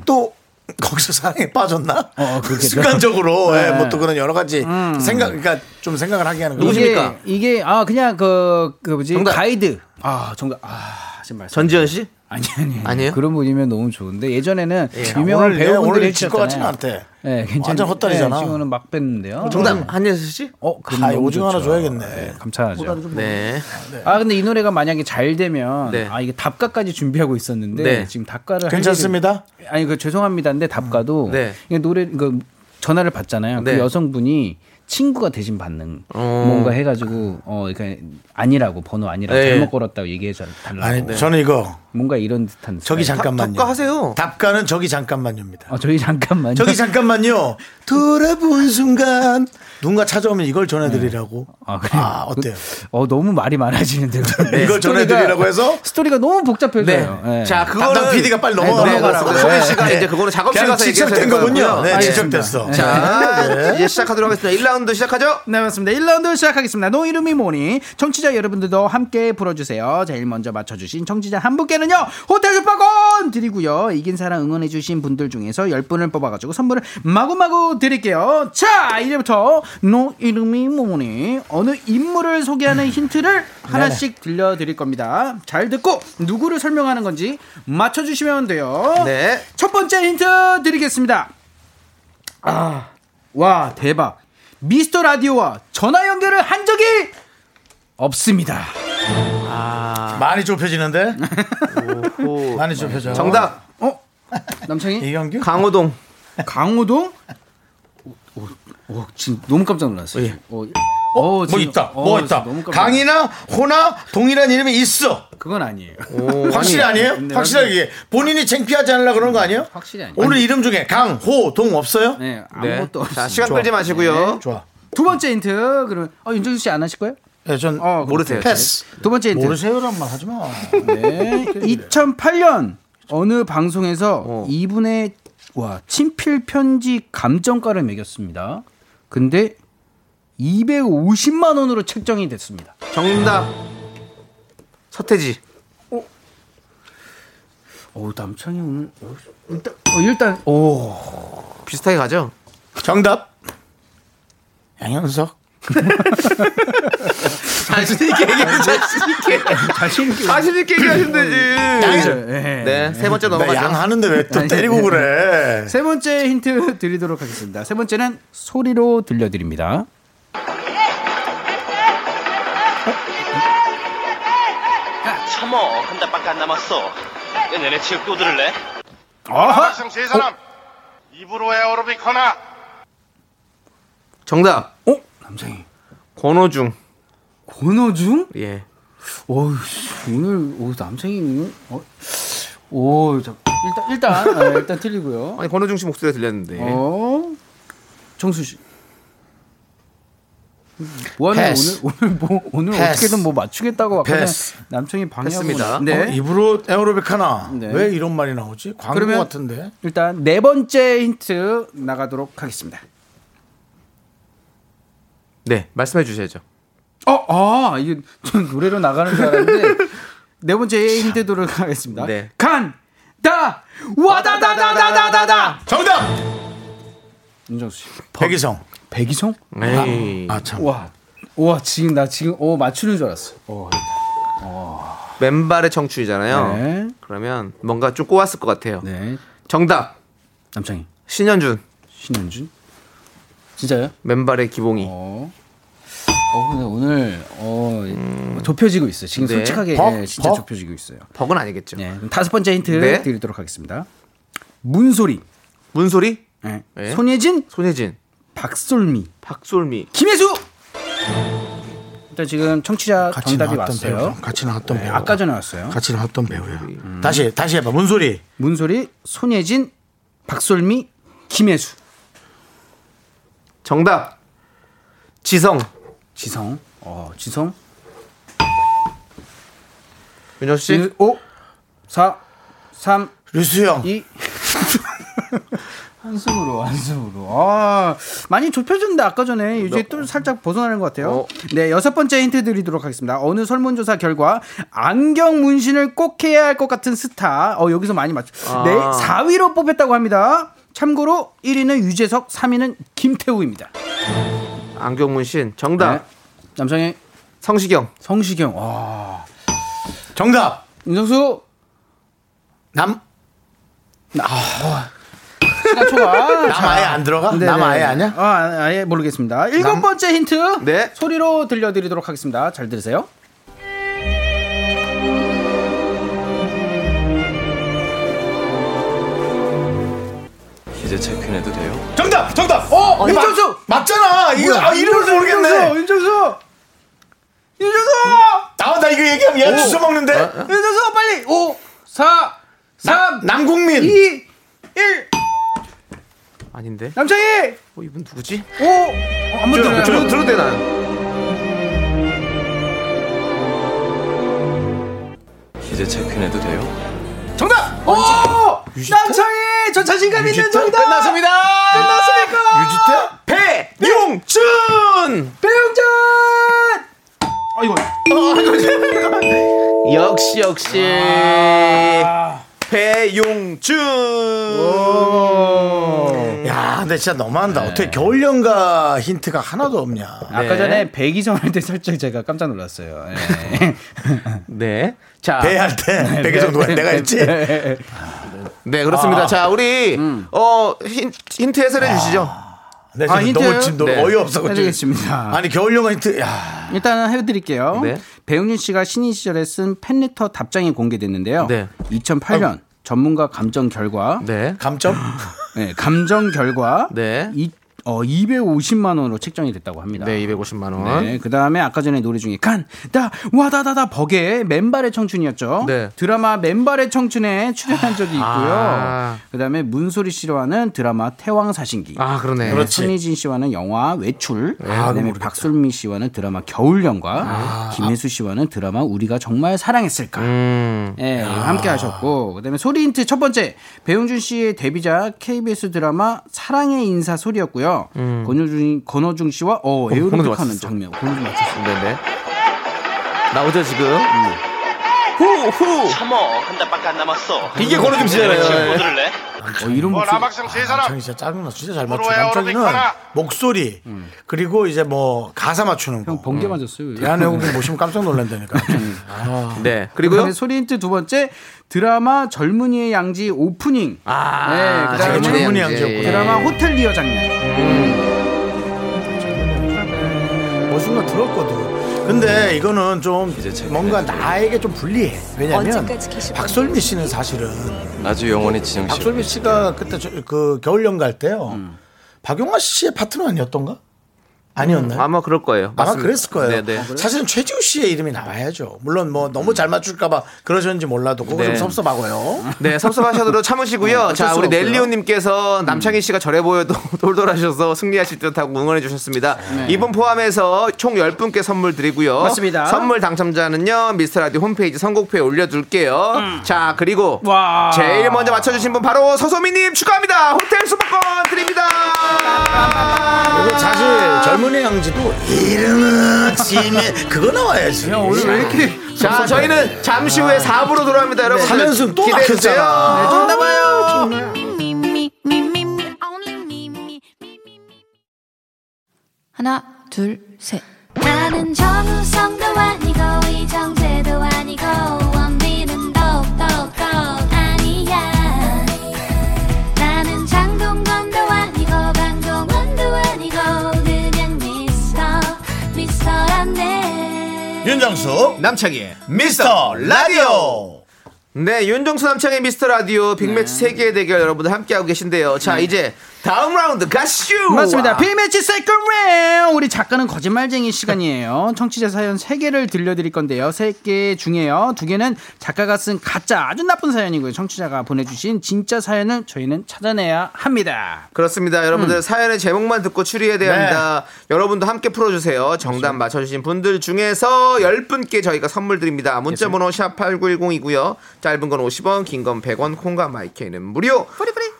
S1: 또 거기서 사랑에 빠졌나?
S7: 어, 그렇겠죠. 음,
S1: 순간적으로 예, 뭐또 그런 여러 가지 생각, 그러니까 좀 생각을 하게 하는 거죠.
S7: 이게 이게 아 그냥 그, 그 뭐지
S2: 정답.
S7: 가이드 아 정답 아 정말
S2: 전지현 씨?
S7: 아니 아니
S2: 아니에요?
S7: 그런 분이면 너무 좋은데 예전에는 유명한
S1: 오늘 내
S7: 배우분들이
S1: 오늘 질것 같지는
S7: 해주셨잖아요.
S1: 않대.
S7: 예, 괜찮
S1: 완전 헛다리잖아.
S7: 예, 지금은 막 뺐는데요.
S2: 정답 한예슬 씨?
S7: 음. 어, 그럼
S1: 아,
S7: 너무
S1: 오징어 하나
S7: 좋죠. 예.
S1: 줘야겠네. 뭐
S7: 감사하죠.
S2: 네.
S7: 아 근데 이 노래가 만약에 잘 되면
S2: 네.
S7: 아 이게 답가까지 준비하고 있었는데
S2: 네.
S7: 지금 답가를 할
S1: 괜찮습니다.
S7: 일이- 아니 그 죄송합니다인데 답가도
S2: 음. 네.
S7: 이게 노래 그 전화를 받잖아요.
S2: 네.
S7: 그 여성분이 친구가 대신 받는
S1: 어.
S7: 뭔가 해가지고 어 그러니까 아니라고 번호 아니라고
S2: 네.
S7: 잘못 걸었다고 얘기해 줘- 달라고
S1: 아니, 저는 이거
S7: 뭔가 이런 듯한
S1: 저기
S7: 스타일.
S1: 잠깐만요.
S2: 답가 하세요.
S1: 답가는 저기 잠깐만요입니다.
S7: 어, 저기 잠깐만요.
S1: 저기 잠깐만요. 돌아본 순간 누군가 찾아오면 이걸 전해드리라고.
S7: 아,
S1: 아,
S7: 그래요?
S1: 어때요?
S7: 어 너무 말이 많아지는데
S1: 네. 이걸
S7: 스토리가-
S1: 전해드리라고 해서? 네.
S7: 스토리가 너무 복잡해져요. 예.
S2: 네. 자,
S1: 담당
S2: 아, 그거는
S1: PD가 빨리
S7: 네,
S1: 넘어가라고.
S7: 넘어가라고.
S2: 소민 씨가 이제 그거는 작업실 가서 얘기해서
S1: 지적된
S2: 되는
S1: 거군요.
S2: 거고요.
S1: 네,
S2: 아,
S1: 지적됐어.
S2: 자, 이제 시작하도록 하겠습니다. 1라운드 시작하죠?
S7: 네, 맞습니다. 1라운드 시작하겠습니다. 노 이름이 뭐니? 청취자 여러분들도 함께 불어주세요. 제일 먼저 맞춰주신 청취자 한 분께는요, 호텔 숙박권 드리고요. 이긴 사람 응원해주신 분들 중에서 10분을 뽑아가지고 선물을 마구마구 드릴게요. 자, 이제부터 노 이름이 뭐니? 어느 인물을 소개하는 힌트를 하나씩 들려드릴 겁니다. 잘 듣고 누구를 설명하는 건지 맞춰주시면 돼요.
S2: 네.
S7: 첫 번째 힌트 드리겠습니다. 아, 와 대박 미스터 라디오와 전화 연결을 한 적이 없습니다
S1: 많이 좁혀지는데?
S2: 오.
S1: 많이 좁혀져.
S2: 정답,
S7: 어 남창희
S1: 이경규?
S2: 강호동.
S7: 예. 강호동 오, 오, 오, 지금 너무 깜짝 놀랐어요 어, 어,
S1: 뭐
S7: 지금-
S1: 있다.
S7: 어,
S1: 뭐
S7: 지금
S1: 있다.
S7: 너무 깜짝
S1: 강이나 호나 동일한 이름이 있어.
S7: 놀랐어요. 그건 아니에요
S1: 확실히 아니에요? 확실하게 이게 본인이 창피하지 않으려 그런 거 아니에요?
S7: 확실히 아니에요.
S1: 오늘 이름 중에 강, 호, 동 없어요?
S7: 네
S2: 네.
S7: 아무것도 네. 없어요
S2: 자, 시간 끌지 마시고요.
S1: 좋아.
S7: 두 번째 힌트 그러면 어 윤정수 씨 안 하실 거예요
S1: 예, 전
S7: 어
S2: 모르세요.
S1: 패스.
S7: 두 번째 힌트
S1: 모르세요란 말 하지 마.
S7: 네. 2008년 어느 방송에서 이분의 와 친필 편지 감정가를 매겼습니다. 근데 250만 원으로 책정이 됐습니다.
S2: 정답, 서태지.
S7: 어 남창이 오늘 어, 일단 어, 일단 오
S2: 비슷하게 가죠?
S7: 어,
S1: 정답. 양현석.
S2: 자신 있게 얘기해. 자신 있게.
S7: 자신 있게.
S2: 자신 있게 얘기하시면 되지.
S7: 예.
S2: 네, 세 번째
S1: 나
S2: 넘어가죠.
S1: 양하는데 왜
S7: 아,
S1: 또 때리고 그래?
S7: 세 번째 힌트 드리도록 하겠습니다. 세 번째는 소리로 들려드립니다.
S8: 참어 한 달밖에 안 남았어 내년에 체육 또 들을래?
S7: 어허!
S9: 제 사람 입으로 에어로빅 하나
S2: 정답.
S7: 어? 남성이.
S2: 권호중.
S7: 권호중?
S2: 예.
S7: 어우, 오늘, 오, 남성이, 어? 오, 자, 일단, 일단, 아, 일단 틀리고요.
S2: 아니 권호중 씨 목소리가 들렸는데.
S7: 어? 정수 씨. 뭐 하냐
S1: 패스.
S7: 오늘 오늘 뭐 오늘
S1: 패스.
S7: 어떻게든 뭐 맞추겠다고 아까
S1: 패스.
S7: 남청이
S2: 패스입니다.
S7: 방해하고
S1: 어,
S7: 네.
S1: 입으로 에어로빅 하나.
S7: 네.
S1: 왜 이런 말이 나오지? 광고
S7: 그러면-
S1: 같은데.
S7: 일단 네 번째 힌트 나가도록 하겠습니다.
S2: 네, 말씀해 주셔야죠.
S7: 어, 아, 이게 전 노래로 나가는 줄 알았는데 네 번째 힌트 들어가겠습니다.
S2: 네.
S7: 간, 다, 와다다다다다다다.
S1: 정답.
S7: 윤정수 씨,
S1: 백이성.
S7: 백이성?
S2: 에이.
S1: 아 참.
S7: 와, 와 지금 나 지금 어 맞추는 줄 알았어. 어,
S2: 맨발의 청춘이잖아요.
S7: 네.
S2: 그러면 뭔가 좀 꼬았을 것 같아요.
S7: 네,
S2: 정답.
S7: 남창이
S2: 신현준.
S7: 신현준. 진짜요?
S2: 맨발의 기봉이.
S7: 어. 어, 근데 오늘 어
S1: 음.
S7: 좁혀지고 있어요. 지금
S2: 네.
S7: 솔직하게
S1: 벅,
S7: 예, 진짜
S1: 벅.
S7: 좁혀지고 있어요.
S2: 버그는 아니겠죠.
S7: 네, 그럼 다섯 번째 힌트
S2: 네.
S7: 드리도록 하겠습니다. 문소리,
S2: 문소리?
S7: 예.
S2: 네.
S7: 손예진,
S2: 손예진.
S7: 박솔미,
S2: 박솔미.
S7: 김혜수. 일단 지금 청취자
S1: 같이
S7: 정답이
S1: 나왔던 네,
S7: 왔어요. 음.
S1: 배우. 같이 나왔던 배우.
S7: 아까 전에 왔어요.
S1: 같이 나왔던 배우야. 다시 다시 해봐. 뭔 소리?
S7: 문소리, 손예진, 박솔미, 김혜수,
S2: 정답. 지성.
S7: 지성. 어, 지성.
S2: 윤정수 씨.
S7: 5 4 3
S1: 류수영.
S7: 이 한숨으로 한숨으로 아 많이 좁혀졌는데 아까 전에 이제 또 살짝 벗어나는 것 같아요
S2: 어.
S7: 네 여섯 번째 힌트 드리도록 하겠습니다 어느 설문조사 결과 안경 문신을 꼭 해야 할 것 같은 스타 어 여기서 많이 맞죠
S2: 아.
S7: 네 4위로 뽑혔다고 합니다 참고로 1위는 유재석 3위는 김태우입니다
S2: 안경문신. 정답.
S7: 네. 남성의
S2: 성시경.
S7: 성시경 와
S1: 정답.
S7: 윤정수
S1: 남.
S7: 아.
S1: 아.
S7: 시간 초과
S1: 남 아예 안 들어가? 남 아예 아니야?
S7: 아, 아예 모르겠습니다. 일곱
S2: 남-
S7: 번째 힌트.
S2: 네.
S7: 소리로 들려드리도록 하겠습니다. 잘 들으세요.
S8: 이제 체크인해도 돼요?
S1: 정답. 정답. 어. 이거
S7: 윤정수!
S1: 맞, 맞잖아. 이거 아, 이름을
S7: 윤정수,
S1: 모르겠네.
S7: 윤정수, 윤정수,
S1: 아, 나 이거 얘기하면 얘 주워 먹는데.
S7: 아. 윤정수, 빨리. 5, 4, 3,
S1: 남국민.
S7: 2, 1.
S2: 아닌데.
S7: 남창희.
S2: 어, 이분 누구지?
S7: 5. 어, 한번 들어요.
S2: 들어 들어도 돼 난.
S8: 이제 체크인해도 돼요?
S7: 정답. 오, 남창희. 저 자신감 있는 정답.
S2: 끝났습니다.
S7: 끝났습니까?
S1: 유지태?
S2: 배용준.
S7: 배용준. 아이고.
S2: 역시 역시. 배용준.
S1: 야, 근데 진짜 너무한다. 어떻게 겨울 연가 힌트가 하나도 없냐?
S2: 네.
S7: 아까 전에 백이성 할 때 살짝 제가 깜짝 놀랐어요. 예.
S2: 네. 자.
S1: 배할 때
S7: 그
S1: 백혜정
S7: 네,
S1: 누가 내가 했지?
S2: 네,
S1: 아.
S2: 그렇습니다. 자, 우리
S1: 음.
S2: 어 힌, 힌트 해설해 주시죠.
S1: 내
S7: 아,
S1: 지금
S7: 힌트예요?
S1: 너무 지금 너무
S2: 네.
S1: 어이없어 지금.
S7: 해드리겠습니다.
S1: 아니 겨울 연가 힌트. 야,
S7: 일단 해드릴게요.
S2: 네.
S7: 배용준 씨가 신인 시절에 쓴 팬레터 답장이 공개됐는데요.
S2: 네.
S7: 2008년 전문가 감정 결과,
S2: 네.
S1: 감점?
S7: 네, 감정 결과
S2: 네.
S7: 이, 어, 250만 원으로 책정이 됐다고 합니다.
S2: 네, 250만 원.
S7: 그 다음에 아까 전에 노래 중에 간, 다, 와다다다 버게 맨발의 청춘이었죠.
S2: 네.
S7: 드라마 맨발의 청춘에 출연한 적이 있고요.
S2: 아.
S7: 그 다음에 문소리 씨와는 드라마 태왕사신기.
S2: 아, 그러네.
S7: 손예진 씨와는 영화 외출, 그다음에 박솔미 씨와는 드라마 겨울연가, 김혜수 씨와는 드라마 우리가 정말 사랑했을까.
S2: 음.
S7: 예, 함께 하셨고 그다음에 소리 힌트 첫 번째 배용준 씨의 데뷔작 KBS 드라마 사랑의 인사 소리였고요. 권효준 권호중 씨와 어
S2: 권호중
S7: 에어로빅 하는
S2: 맞췄어.
S7: 장면. 권호중 맞췄어.
S1: 음.
S2: 네네. 나오죠 지금.
S7: 후
S2: 후.
S8: 참어 한 달밖에 안 남았어
S2: 이게 걸어줌치잖아요. 네.
S8: 지금 뭐 들을래?
S7: 이런
S9: 어, 남학생 세 사람.
S1: 진짜 짜증나. 진짜 잘 맞춰.
S9: 부러워요,
S1: 남쪽이는
S9: 어르니까나.
S1: 목소리 그리고 이제 뭐 가사 맞추는 거.
S7: 형 번개 맞았어요.
S1: 대한애국인 보시면 깜짝 놀란다니까.
S2: 네.
S7: 그리고
S2: 그리고요.
S7: 소리 힌트 두 번째 드라마 젊은이의 양지 오프닝 네,
S2: 아,
S7: 그다음에
S1: 그 젊은이 네. 양지였구나.
S7: 드라마 호텔리어 장면.
S1: 뭐 순간 들었거든. 근데 이거는 좀 뭔가 나에게 좀 불리해. 왜냐면
S5: 언제까지 계실
S1: 박솔미 씨는 사실은
S2: 음.
S10: 아주 영원히 지정씨.
S1: 박솔미 씨가 그때 저- 그 겨울연 갈 때요.
S2: 음.
S1: 박용화 씨의 파트너 아니었던가? 아니었나요?
S2: 음. 아마 그럴 거예요.
S1: 아마
S2: 맞습니다.
S1: 그랬을 거예요.
S2: 네, 네. 음.
S1: 사실은 최지우 씨의 이름이 나와야죠. 물론 뭐 너무 잘 맞출까봐 그러셨는지 몰라도 그거 좀
S2: 네.
S1: 섭섭하고요.
S2: 네, 섭섭하셔도
S7: 어,
S2: 참으시고요. 자, 우리
S7: 음.
S2: 넬리오님께서 남창희 씨가 저래 보여도 돌돌하셔서 승리하실 듯하고 응원해주셨습니다. 이분 포함해서 총 10분께 선물 드리고요.
S7: 네. 맞습니다.
S2: 선물 당첨자는요, 미스터 라디오 홈페이지 선곡표에 올려둘게요. 자, 그리고
S7: 음. 와.
S2: 제일 먼저 맞춰주신 분 바로 서소미님 축하합니다. 호텔 수박권 드립니다.
S1: 그리고 사실 젊은이 양지도 이름은 지네 그거 나와야지.
S7: 오늘 왜 이렇게
S2: 자, 저희는 잠시 후에 4부로 돌아옵니다, 여러분.
S1: 사면승 또
S2: 기대해주세요.
S1: 막혔잖아.
S2: 네, 좀 나봐요.
S4: me, me, me, me, me, only me, me, me, me.
S5: 하나, 둘, 셋.
S4: 나는 정우성도 아니고 이정재도 아니고 원빈은 더욱더 아니야 나는 장동건도 아니고 강동원도 아니고 그냥 미스터 미스터란데
S1: 윤정수
S2: 남창희의
S1: 미스터 라디오.
S2: 네, 윤정수 남창의 미스터 라디오
S7: 네.
S2: 빅매치 세개의 대결 여러분들 함께하고 계신데요. 자, 이제 다음 라운드 가시오!
S7: 맞습니다. 빅매치 세컨 라운드 우리 작가는 거짓말쟁이 시간이에요. 청취자 사연 3개를 들려드릴 건데요. 3개 중에요. 2개는 작가가 쓴 가짜 아주 나쁜 사연이고요. 청취자가 보내주신 진짜 사연을 저희는 찾아내야 합니다.
S2: 그렇습니다. 여러분들 사연의 제목만 듣고 추리해야 됩니다. 여러분도 함께 풀어주세요. 정답 맞춰주신 분들 중에서 10분께 저희가 선물 드립니다. 문자번호 샵8910이고요. 짧은 건 50원, 긴 건 100원, 콩과 마이크는 무료.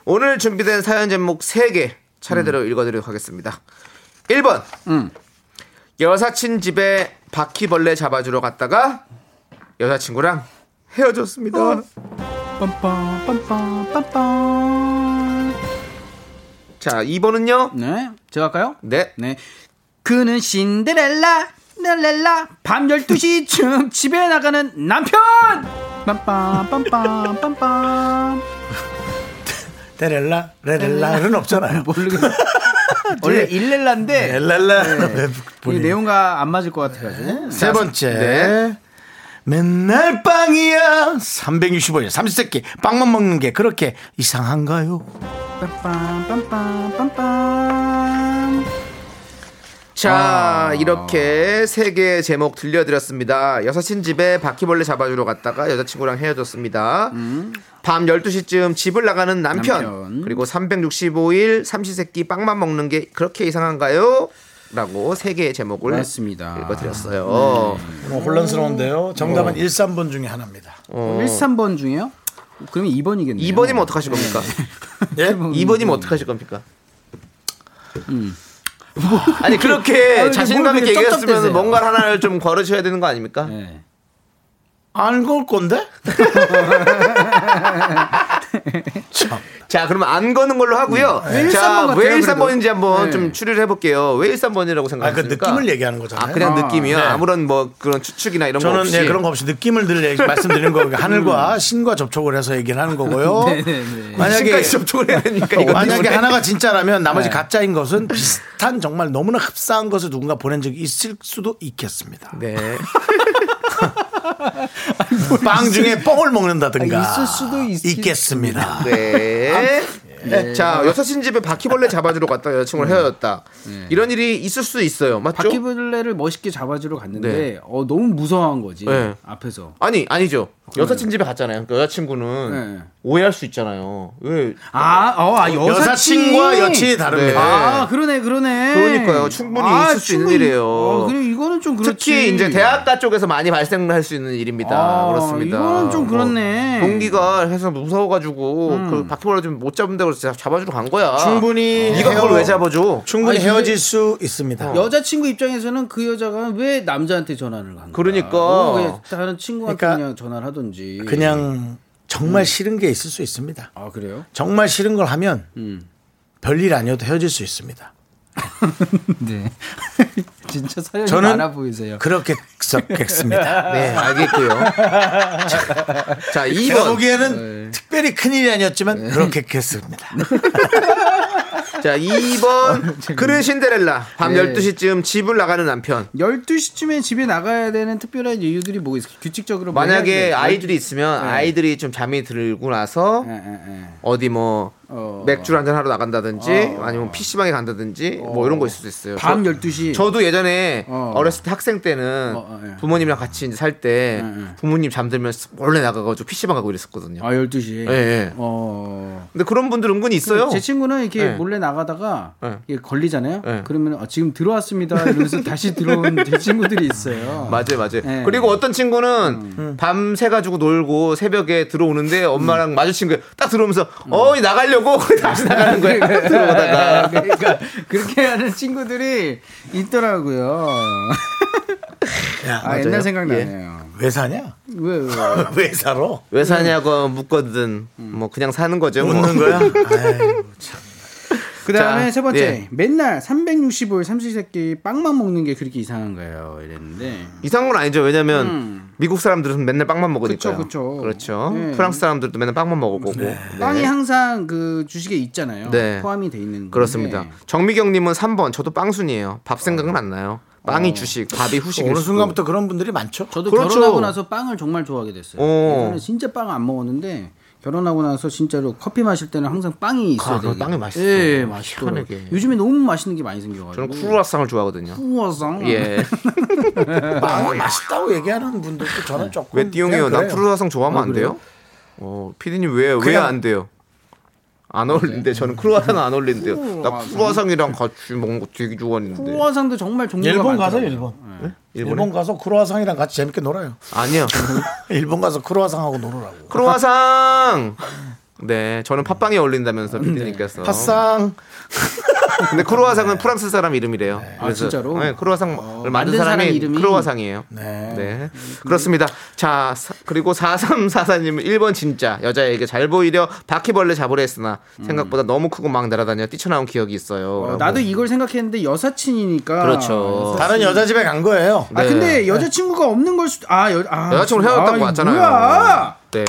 S2: 오늘 준비된 사연 제목 3개 차례대로 읽어드리도록 하겠습니다. 1번. 여사친 집에 바퀴벌레 잡아주러 갔다가 여자친구랑 헤어졌습니다.
S7: 빰빰 빰빰 빰빰
S2: 자, 2번은요.
S7: 네, 제가 할까요?
S2: 네.
S7: 네. 그는 신데렐라, 랄랄라, 밤 12시쯤 집에 나가는 남편! 빰빰, 빰빰, 빰빰.
S1: 데렐라 레렐라는 없잖아요.
S2: 뭐.
S7: 모르겠어. 원래 일렐라인데,
S2: 네.
S7: 네.
S1: 렐렐라
S7: 이 내용과 안 맞을 것 같아가지고.
S1: 세 번째.
S2: 네.
S1: 맨날 빵이야. 365일 30세끼 빵만 먹는 게 그렇게 이상한가요?
S7: 빰빰, 빰빰, 빰빰.
S2: 자,
S7: 아.
S2: 이렇게 세 개의 제목 들려드렸습니다. 여사친 집에 바퀴벌레 잡아주러 갔다가 여자친구랑 헤어졌습니다. 밤 12시쯤 집을 나가는 남편,
S7: 음. 남편.
S2: 그리고 365일 삼시세끼 빵만 먹는 게 그렇게 이상한가요? 라고 세 개의 제목을
S7: 맞습니다. 네.
S2: 읽어드렸어요.
S1: 뭐 혼란스러운데요. 정답은 1, 3번 중에 하나입니다.
S2: 어,
S7: 1, 3번 중에요? 그러면 2번이겠네요.
S2: 2번이면 어떡하실 겁니까?
S1: 예?
S2: 2번이면 어떡하실 겁니까? 아니 그렇게
S7: 음. 근데
S2: 자신감
S7: 뭘
S2: 있게
S7: 그렇게
S2: 얘기했으면
S7: 쩝쩝대세요?
S2: 뭔가 하나를 좀 걸으셔야 되는 거 아닙니까?
S7: 네.
S1: 안 걸 건데? 참.
S2: 자, 그럼 안 거는 걸로 하고요.
S7: 음. 네. 왜
S2: 자,
S7: 13번 같아요,
S2: 왜
S7: 그래도?
S2: 1번인지 한번
S7: 네.
S2: 좀 추리를 해볼게요. 왜 1번이라고
S1: 아, 그
S2: 생각하십니까?
S1: 느낌을 얘기하는 거잖아요.
S2: 아, 그냥
S7: 아,
S2: 느낌이요.
S1: 네.
S2: 아무런 뭐 그런 추측이나 이런 거
S1: 저는
S2: 없이.
S1: 예, 그런 거 없이 느낌을 늘 얘기, 말씀드리는 거고 하늘과 신과 접촉을 해서 얘기를 하는 거고요. 만약에
S2: 만약에 접촉을 해야 되니까 이거
S1: 만약에
S2: 때문에.
S1: 하나가 진짜라면 나머지 가짜인 것은 비슷한 정말 너무나 흡사한 것을 누군가 보낸 적이 있을 수도 있겠습니다.
S2: 네.
S1: 빵 중에 뻥을 먹는다든가
S7: 아, 있을 수도 있-
S1: 겠습니다
S2: 네. 네. 자, 여사신 집에 바퀴벌레 잡아주러 갔다 여자친구를 헤어졌다. 이런 일이 있을 수 있어요. 맞죠?
S7: 음. 네. 바퀴벌레를 멋있게 잡아주러 갔는데
S2: 네.
S7: 어, 너무 무서워한 거지
S2: 네.
S7: 앞에서
S2: 아니, 아니죠. 여사친 집에 갔잖아요. 그러니까 여자친구는
S7: 네.
S2: 오해할 수 있잖아요. 왜?
S7: 아, 어, 아 여사친.
S1: 여사친과 여친이 다릅니다.
S7: 아 그러네 그러네
S2: 그러니까요. 충분히 있을 수 있는 일이에요.
S7: 어, 그래 이거는 좀 그렇지
S2: 특히 이제 대학가 쪽에서 많이 발생할 수 있는 일입니다.
S7: 아,
S2: 그렇습니다.
S7: 이거는 좀
S2: 뭐
S7: 그렇네. 음.
S2: 동기가 해서 무서워가지고 그 바퀴벌레 좀 못 잡은다고 해서 잡아주러 간 거야.
S1: 충분히
S2: 네가 그걸
S1: 헤어-
S2: 왜 잡아줘?
S1: 충분히
S7: 아니, 근데-
S1: 헤어질 수 있습니다.
S7: 여자친구 입장에서는 그 여자가 왜 남자한테 전화를 한 거야
S2: 그러니까.
S7: 어, 왜 다른 친구한테
S1: 그러니까
S7: 그냥 전화를 하든지 하든지
S1: 그냥 정말 싫은 게 있을 수 있습니다.
S7: 아 그래요?
S1: 정말 싫은 걸 하면
S7: 음.
S1: 별일 아니어도 헤어질 수 있습니다.
S7: 네. 진짜 사연이
S1: 저는
S7: 많아 보이세요.
S1: 그렇게 썼겠습니다.
S2: 네, 알겠고요.
S1: 자,
S2: 이
S1: 네. 제가
S2: 번.
S1: 보기에는 특별히 큰일이 아니었지만 그렇게 했습니다.
S2: 자, 2번 그른 신데렐라. 밤
S7: 네.
S2: 12시쯤 집을 나가는 남편.
S7: 12시쯤에 집에 나가야 되는 특별한 이유들이 뭐 있을까요? 규칙적으로 뭐 해야
S2: 만약에
S7: 돼요? 예,
S2: 아이들이 있으면
S7: 네.
S2: 아이들이 좀 잠이 들고 나서 어디 뭐 맥주를 한잔 하러 나간다든지 아니면 PC방에 간다든지 뭐 이런 거 있을 수 있어요.
S7: 어. 밤
S2: 저-
S7: 12시.
S2: 저도 예전에
S7: 어. 예.
S2: 어. 렸을때 학생 때는 부모님이랑 같이 이제 살 때 부모님 잠들면 몰래 나가가지고 PC방 가고 이랬었거든요.
S7: 아, 12시. 어.
S2: 예, 예. 근데 그런 분들 은근히 있어요.
S7: 제 친구는 이렇게
S2: 네.
S7: 몰래 나가다가
S2: 네.
S7: 이게 걸리잖아요.
S2: 네.
S7: 그러면 아, 지금 들어왔습니다. 이러면서 다시 들어온 제 친구들이 있어요.
S2: 맞아요, 맞아요.
S7: 예. 음.
S2: 그리고 어떤 친구는 밤새 가지고 놀고 새벽에 들어오는데
S7: 음.
S2: 엄마랑 마주친 거예요. 딱 들어오면서 어이 나가려고 다시 나가는
S7: 음.
S2: 거예요. 들어오다가
S7: 그러니까 그렇게 하는 친구들이 있더라고요. 아, 옛날 생각나네요.
S1: 네. 예. 왜 사냐?
S7: 왜, 왜?
S1: 왜 살아?
S2: 왜 사냐고 묻거든 뭐 그냥 사는 거죠. 뭐.
S1: 웃는 거야?
S7: 그 다음에
S2: 자,
S7: 세 번째.
S2: 예.
S7: 맨날 365일 삼시세끼 빵만 먹는 게 그렇게 이상한 거예요. 이랬는데.
S2: 이상한 건 아니죠. 왜냐면
S7: 음.
S2: 미국 사람들은 맨날 빵만 먹으니까요.
S7: 그쵸, 그쵸.
S2: 그렇죠.
S7: 네.
S2: 프랑스 사람들도 맨날 빵만 먹을 거고. 네.
S7: 빵이 항상 그 주식에 있잖아요.
S2: 네.
S7: 포함이 돼 있는. 건데.
S2: 그렇습니다. 정미경님은 3번. 저도 빵순이에요. 밥 생각은 안 나요. 빵이 주식, 밥이 후식.
S1: 어느 순간부터 그런 분들이 많죠.
S7: 저도
S2: 그렇죠.
S7: 결혼하고 나서 빵을 정말 좋아하게 됐어요.
S2: 어.
S7: 예전에 진짜 빵을 안 먹었는데 결혼하고 나서 진짜로 커피 마실 때는 항상 빵이 있어야
S2: 아,
S7: 돼요.
S2: 그럼 빵이 맛있어.
S7: 예, 맛있어.
S2: 희한하게.
S7: 요즘에 너무 맛있는 게 많이 생겨가지고.
S2: 저는 쿠르라상을 좋아하거든요.
S7: 쿠루아상.
S2: 예.
S1: 빵이 맛있다고 얘기하는 분들도 저는 조금
S2: 왜 띠용이요?
S1: 그냥
S2: 난
S1: 그래요.
S2: 쿠르라상 좋아하면
S7: 아,
S2: 안 돼요? 어, 피디님 왜 왜
S1: 그냥-
S2: 안 돼요? 안 어울린데 저는 크루아상 안 어울린데요. 나 크루아상이랑 같이 먹는 거 되게 좋아하는데.
S7: 쿠루아상도 정말 종류가
S1: 일본 가서
S7: 많더라고요.
S1: 일본.
S2: 일본에?
S1: 일본 가서 크로아상이랑 같이 재밌게 놀아요.
S2: 아니요.
S1: 일본 가서 크로아상하고 놀으라고.
S2: 크루아상. 네, 저는 팥빵이 어울린다면서
S7: 네.
S2: 피디님께서.
S1: 파상
S2: 근데 크루아상은 프랑스 사람 이름이래요. 그래서-
S7: 아, 진짜로? 어,
S2: 네, 크루아상을 만든
S7: 만든 사람
S2: 사람이
S7: 이름이?
S2: 크루아상이에요.
S1: 네.
S2: 네. 그렇습니다. 자, 사- 그리고 4344님은 1번 진짜. 여자에게 잘 보이려 바퀴벌레 잡으려 했으나 생각보다 너무 크고 막 날아다녀 뛰쳐나온 기억이 있어요.
S7: 음. 어,
S2: 라고.
S7: 나도 이걸 생각했는데 여사친이니까.
S2: 그렇죠.
S7: 여사친.
S1: 다른 여자 집에 간 거예요.
S7: 아
S2: 네.
S7: 근데 여자친구가 없는 걸 수도 아, 여, 아
S2: 여자친구
S7: 아,
S2: 헤어졌다고
S7: 이거
S2: 왔잖아요.
S7: 뭐야?
S2: 네.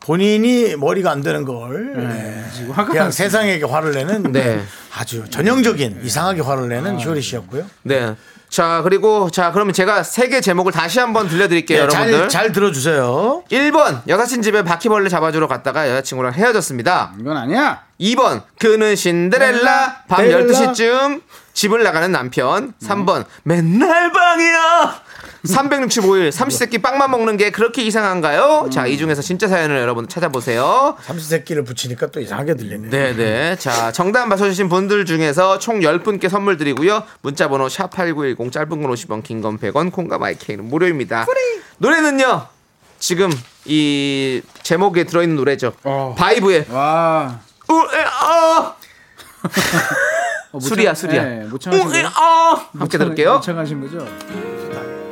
S1: 본인이 머리가 안 되는 걸 네. 그냥 세상에게 화를 내는
S2: 네.
S1: 아주 전형적인 이상하게 화를 내는 효리 씨였고요.
S2: 네. 자, 그리고 자, 그러면 제가 세 개 제목을 다시 한번 들려
S1: 네,
S2: 드릴게요, 예, 여러분들.
S1: 잘, 잘 들어주세요.
S2: 1번 여사친 집에 바퀴벌레 잡아주러 갔다가 여자친구랑 헤어졌습니다.
S7: 이건 아니야.
S2: 2번 그는 신데렐라 밤
S1: 데렐라.
S2: 12시쯤 집을 나가는 남편 3번 맨날 방이야 365일 삼시세끼 빵만 먹는 게 그렇게 이상한가요? 자 이 중에서 진짜 사연을 여러분 찾아보세요
S1: 삼시세끼를 붙이니까 또 이상하게 들리네. 요
S2: 네네 자 정답 맞춰주신 분들 중에서 총 10분께 선물 드리고요 문자번호 샵8910 짧은 건 50원 긴 건 100원 콩과 마이케이는 무료입니다 노래는요 지금 이 제목에 들어있는 노래죠
S7: 어.
S2: 바이브의
S7: 와.
S2: 우에 어
S7: 어, 못
S2: 수리야
S7: 참-
S2: 수리야
S7: 네, 못 참으신 거예요?
S2: 어, 함께 들을게요
S7: 요청하신 거죠?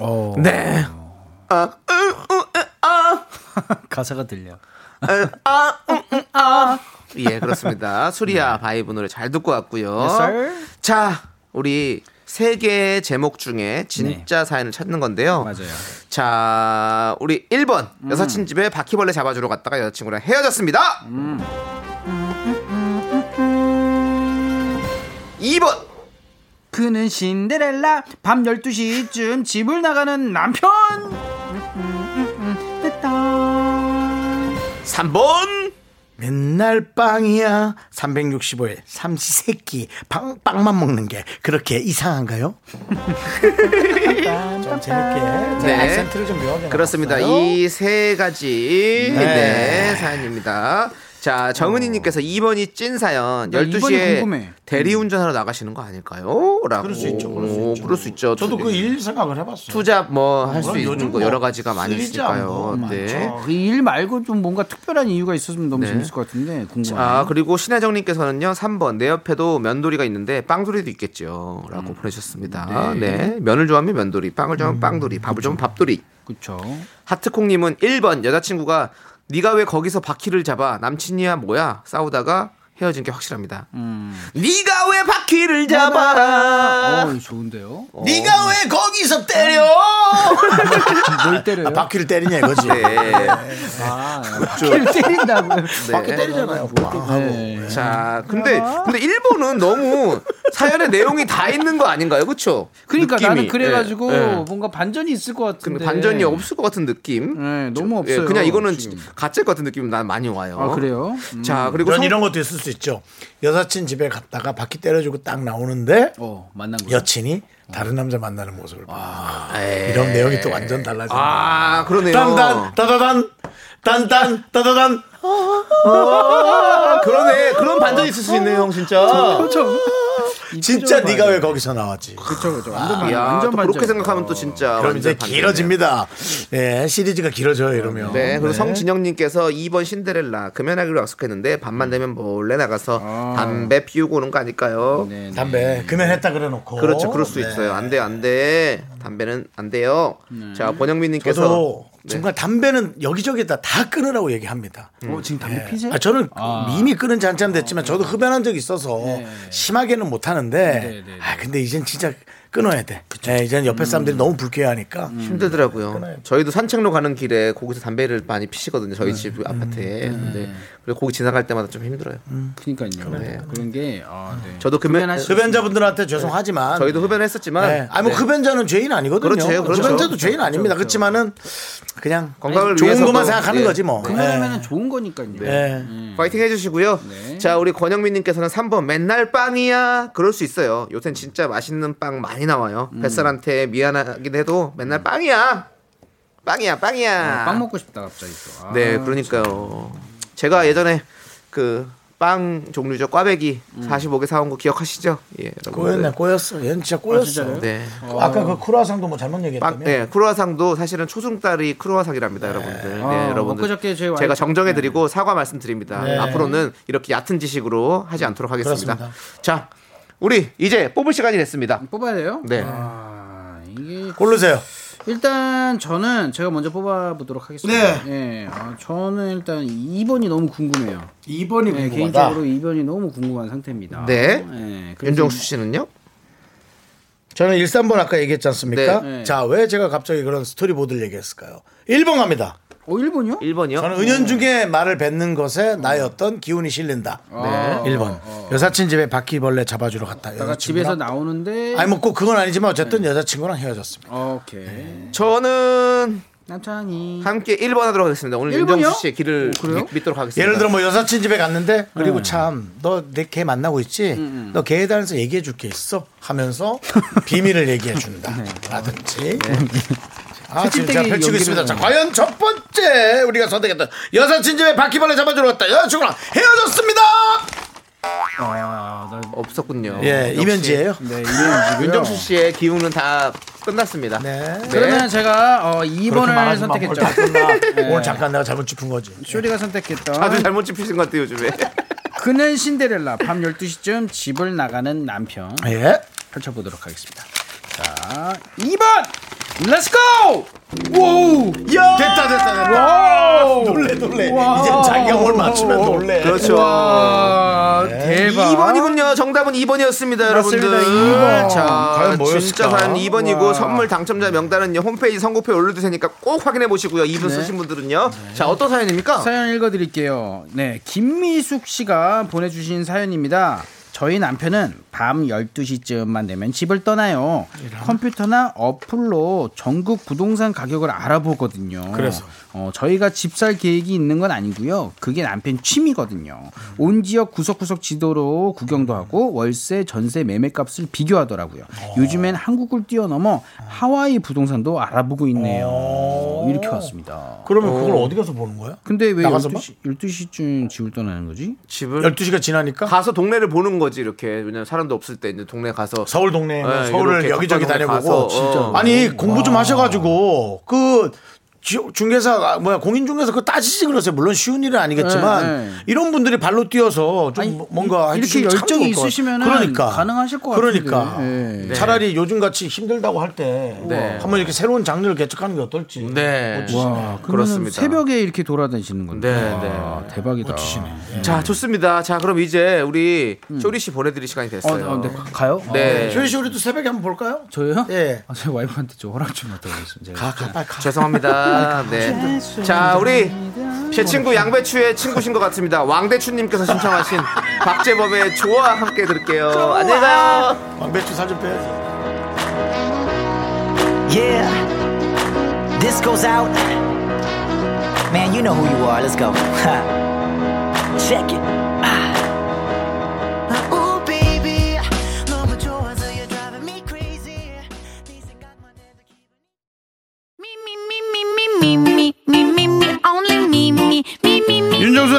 S7: 어,
S2: 네
S7: 아, 가사가 들려.
S2: 예, 그렇습니다. 수리야 바이브 노래 잘 듣고 왔고요.
S7: 네. Yes, sir.
S2: 자, 우리 세 개의 제목 중에 진짜 사연을 찾는 건데요.
S7: 네. 맞아요. 음.
S2: 자, 우리 1번. 여사친 집에 바퀴벌레 잡아주러 갔다가 여자친구랑 헤어졌습니다.
S7: 음.
S2: 2번.
S7: 그는 신데렐라 밤 12시쯤 집을 나가는 남편
S2: 3번.
S1: 맨날 빵이야. 365일 삼시세끼 빵, 빵만 먹는 게 그렇게 이상한가요? 좀 재밌게
S2: 네.
S1: 네. 액센트를 좀 묘하게
S2: 그렇습니다.
S1: 놨어요.
S2: 이 세 가지 네.
S1: 네.
S2: 사연입니다. 자,
S1: 어.
S2: 정은희님께서 2번이 찐 사연.
S1: 네,
S7: 나 2번이
S2: 12시에
S7: 궁금해.
S2: 대리운전하러 나가시는 거 아닐까요? 라고.
S1: 그럴 수 있죠, 그럴 수
S2: 오,
S1: 있죠.
S2: 그럴 수 있죠.
S1: 저도 그 일 생각을 해봤어요.
S2: 투잡 뭐 할 수
S1: 그럼
S2: 있는
S1: 요즘
S2: 거
S1: 뭐
S2: 여러 가지가 많이
S1: 쓰리지
S2: 있으니까요.
S1: 않고
S2: 네.
S7: 어, 이일 말고 좀 뭔가 특별한 이유가 있었으면 너무
S2: 네.
S7: 재밌을 것 같은데 궁금하네.
S2: 아, 그리고 신혜정님께서는요, 3번. 내 옆에도 면도리가 있는데 빵도리도 있겠죠.
S1: 음.
S2: 라고 보내셨습니다. 네.
S7: 네.
S2: 면을 좋아하면 면도리, 빵을 좋아하면 빵도리, 밥을 좋아하면 밥도리.
S7: 그쵸.
S2: 하트콩님은 1번. 여자친구가 네가 왜 거기서 바퀴를 잡아? 남친이야 뭐야? 싸우다가 헤어진 게 확실합니다.
S7: 음.
S2: 네가 왜 바퀴를 잡아?
S7: 어, 좋은데요.
S1: 네가 왜 거기서 때려?
S7: 뭘
S2: 아,
S7: 때려요?
S1: 바퀴를 때리냐 이거지.
S2: 네.
S7: 아, 바퀴를 때린다고요.
S1: 바퀴 때리잖아요.
S7: 네.
S2: 자, 근데 근데 1번은 너무 사연의 내용이 다 있는 거 아닌가요? 그렇죠?
S7: 그러니까 나는 그래가지고 뭔가 반전이 있을 것 같은데.
S2: 예, 반전이 없을 것 같은 느낌.
S7: 네, 너무
S2: 예,
S7: 없어요.
S2: 그냥 이거는
S7: 지금.
S2: 가짜일 것 같은 느낌이 난 많이 와요.
S7: 아 그래요?
S2: 자, 그리고
S1: 이런
S2: 성-
S1: 이런 것도 있을 수 있죠. 여사친 집에 갔다가 바퀴 때려주고 딱 나오는데
S7: 어 만난 거.
S1: 여친이 다른 남자 만나는 모습을 봐.
S2: 에이.
S1: 이런 내용이 또 완전 달라져.
S2: 예. 네. 아, 그러네요.
S1: 딴딴 따다단 딴딴 따다단
S2: 아, 그러네. 그런 반전이 있을 수 있네요, 형 진짜.
S1: 진짜 네가 왜 거기서 나왔지?
S7: 그쵸 그쵸. 그렇죠. 완전 반-
S2: 야,
S7: 완전
S2: 또
S7: 반전.
S2: 그렇게 생각하면 또 진짜
S1: 그럼 이제
S2: 아, 완전 반전이네요.
S1: 길어집니다. 예, 시리즈가 길어져요 이러면.
S2: 네, 그리고 성진영님께서 2번 신데렐라 금연하기로 약속했는데
S1: 음.
S2: 밤만 되면 몰래 나가서
S1: 아.
S2: 담배 피우고 오는 거 아닐까요?
S7: 네, 네.
S1: 담배 금연했다 그래놓고.
S2: 그렇죠, 그럴 수
S1: 네.
S2: 있어요. 안 돼, 안 돼. 담배는 안 돼요. 자, 권영민님께서
S1: 저도
S2: 네.
S1: 정말 담배는 여기저기다 다 끊으라고 얘기합니다.
S7: 어, 지금 담배
S2: 예.
S7: 피지?
S1: 아, 저는 이미 끊은 지
S7: 아,
S1: 한참 됐지만 저도 흡연한 적이 있어서 심하게는 못 하는데
S7: 네.
S1: 아 근데 이젠 진짜 끊어야 돼. 예, 이젠 옆에 사람들이
S7: 음.
S1: 너무 불쾌해하니까
S2: 힘들더라고요.
S1: 끊어야죠.
S2: 저희도 산책로 가는 길에 거기서 담배를 많이 피시거든요.
S1: 네.
S2: 저희 집
S1: 음.
S2: 아파트에. 근데 그리고 거기 지나갈 때마다 좀 힘들어요.
S7: 그러니까요.
S2: 네.
S7: 그런 게 아, 네.
S2: 저도 금연
S7: 흡연하시- 네.
S1: 흡연자분들한테 죄송하지만
S2: 저희도 흡연했었지만
S1: 네. 아니 뭐 흡연자는 죄인 아니거든요.
S2: 그렇죠, 그렇죠.
S1: 흡연자도 죄인 아닙니다. 그렇지만은 그냥
S2: 건강을
S1: 좋은
S2: 위해서도-
S1: 것만 생각하는
S2: 예.
S1: 거지 뭐.
S7: 그만하면
S1: 예.
S7: 은 음. 좋은 거니까요.
S2: 네.
S1: 예.
S2: 파이팅 해주시고요.
S7: 네.
S2: 자, 우리 권영민님께서는 3번 맨날 빵이야. 그럴 수 있어요. 요샌 진짜 맛있는 빵 많이 나와요.
S7: 음.
S2: 뱃살한테 미안하긴 해도 맨날 빵이야. 빵이야, 빵이야.
S7: 어, 빵 먹고 싶다 갑자기 또. 아,
S2: 네, 그러니까요. 제가 예전에 그 빵 종류죠 꽈배기
S7: 음.
S2: 45개 사온 거 기억하시죠? 예,
S1: 꼬였네
S2: 여러분들.
S1: 꼬였어. 얘는 진짜 꼬였어.
S2: 네.
S1: 아, 까그 쿠라상도 뭐 잘못
S2: 빵,
S1: 얘기했다며.
S2: 네, 크루아상도 사실은 초승달이 크루아상이랍니다, 여러분들. 네,
S7: 아, 엊그저께
S2: 여러분들.
S7: 저희 와이프-
S2: 제가 정정해드리고 사과 말씀드립니다.
S1: 네.
S2: 앞으로는 이렇게 얕은 지식으로 하지 않도록 하겠습니다.
S1: 그렇습니다.
S2: 자, 우리 이제 뽑을 시간이 됐습니다.
S7: 뽑아야 돼요?
S2: 네.
S7: 아, 이게
S1: 고르세요.
S7: 일단 저는 제가 먼저 뽑아보도록 하겠습니다.
S1: 네.
S7: 예. 아, 저는 일단 2번이 너무 궁금해요.
S1: 2번이
S7: 네, 개인적으로 2번이 너무 궁금한 상태입니다.
S2: 네.
S7: 예, 그래서-
S2: 윤정수 씨는요?
S1: 저는 1, 3번 아까 얘기했지 않습니까?
S2: 네.
S7: 네.
S1: 자, 왜 제가 갑자기 그런 스토리보드를 얘기했을까요? 1번 갑니다.
S7: 어, 1번이요?
S2: 1번이요?
S1: 저는 은연중에 말을 뱉는 것에 나의 어떤 기운이 실린다.
S7: 아,
S1: 1번. 여사친 집에 바퀴벌레 잡아주러 갔다.
S7: 내가
S1: 여자친구랑.
S7: 집에서 나오는데 네.
S1: 아니, 뭐, 꼭 그건 아니지만 어쨌든 여자친구랑 헤어졌습니다. 네.
S7: 오케이.
S2: 저는
S7: 남찬이
S2: 함께 1번 하도록 하겠습니다. 오늘
S7: 1번이요?
S2: 윤정수 씨의 길을
S7: 어, 그래요?
S2: 믿- 믿도록 하겠습니다.
S1: 예를 들어 뭐 여사친 집에 갔는데
S7: 네.
S1: 그리고 참 너 내 걔 만나고 있지
S7: 음,
S1: 너 걔에 대해서 얘기해 줄 게 있어 하면서 비밀을 얘기해 준다
S7: 네.
S1: 라든지 아 지금 제가 펼치고
S7: 채찍대기 네. 연기를
S1: 있습니다 자 과연 첫 번째 우리가 선택했던 여사친 집에 바퀴벌레 잡아주러 갔다 여자친구랑 헤어졌습니다
S2: 없었군요.
S1: 예
S2: 역시
S1: 이면지예요
S7: 네, 1번이고요.
S2: 윤정수 씨의 기운은 다 끝났습니다.
S1: 네.
S7: 그러면 제가 어, 2번을 선택했죠. 아, 네.
S1: 오늘 잠깐 내가 잘못 짚은 거지
S7: 쇼리가 선택했던
S2: 아주 잘못 짚으신 것 같아요, 요즘에.
S7: 그는 신데렐라 밤 12시쯤 집을 나가는 남편
S1: 예
S7: 펼쳐보도록 하겠습니다. 자, 2번! 렛츠고! 오우!
S1: 됐다 됐다 됐다 놀래 놀래 이제 자기가 뭘 맞추면 놀래
S2: 그렇죠.
S7: 와, 대박.
S2: 네, 2번이군요. 정답은 2번이었습니다, 여러분들.
S1: 이 번.
S2: 자,
S1: 과연 뭐였을까?
S2: 진짜 과연 2번이고 선물 당첨자 명단은요. 홈페이지 선고표에 올려둘 테니까 꼭 확인해 보시고요. 2번 쓰신 분들은요. 자, 어떤 사연입니까?
S7: 사연 읽어드릴게요. 네, 김미숙 씨가 보내주신 사연입니다. 저희 남편은 밤 12시쯤만 되면 집을 떠나요. 컴퓨터나 어플로 전국 부동산 가격을 알아보거든요.
S1: 그래서?
S7: 어, 저희가 집 살 계획이 있는 건 아니고요. 그게 남편 취미거든요. 온 지역 구석구석 지도로 구경도 하고 월세, 전세, 매매값을
S1: 어.
S7: 비교하더라고요. 요즘엔 한국을 뛰어넘어 하와이 부동산도 알아보고 있네요. 이렇게 왔습니다.
S1: 그러면 그걸 어디 가서 보는 거야?
S7: 근데 왜
S1: 나가서
S7: 12시, 12시쯤 집을 떠나는 거지?
S2: 집을
S1: 12시가 지나니까
S2: 가서 동네를 보는 거지 이렇게 왜냐면 사람도 없을 때 이제 동네 가서
S1: 서울 동네 서울을 여기저기 다녀보고
S2: 진짜
S1: 아니 공부 좀 하셔가지고 그 지- 중개사 아, 뭐야 공인중개사 그거 따지지 그러세요 물론 쉬운 일은 아니겠지만
S7: 네, 네.
S1: 이런 분들이 발로 뛰어서 좀 뭐- 뭔가
S7: 이-
S1: 해주시면
S7: 이렇게
S1: 참 좋을
S7: 열정이
S1: 것 같아요.
S7: 있으시면은
S1: 그러니까
S7: 가능하실 것
S1: 그러니까
S7: 같은데. 예. 네.
S1: 차라리 요즘같이 힘들다고 할 때
S7: 네.
S1: 한번 이렇게 새로운 장르를 개척하는 게 어떨지 뭐
S2: 네.
S7: 와, 그렇습니다.
S2: 그렇습니다.
S7: 새벽에 이렇게 돌아다니시는 건데.
S2: 네, 네.
S7: 와, 대박이다.
S2: 자 좋습니다. 자 그럼 이제 우리 쇼리 씨 보내드릴 시간이 됐어요.
S7: 어, 어, 네, 가- 가요?
S2: 네.
S1: 조현 씨 우리도 새벽에 한번 볼까요?
S7: 저요?
S1: 예.
S7: 아, 제 와이프한테 저 허락 좀 받아보겠습니다. 제가.
S2: 죄송합니다. 네. 자 우리 제 친구 양배추의 친구신 것 같습니다. 왕대추님께서 신청하신 박재범의 좋아 함께 들을게요. 안녕히 가요.
S1: 왕배추 살좀 빼야지
S11: Yeah. This goes out. Man, you know who you are. Let's go. Check it. Ah. Uh,
S12: Oh baby, 너무 좋아서 you're driving me crazy.
S4: me, me, me, me, me, only me, me, me, me, me.
S1: 윤정수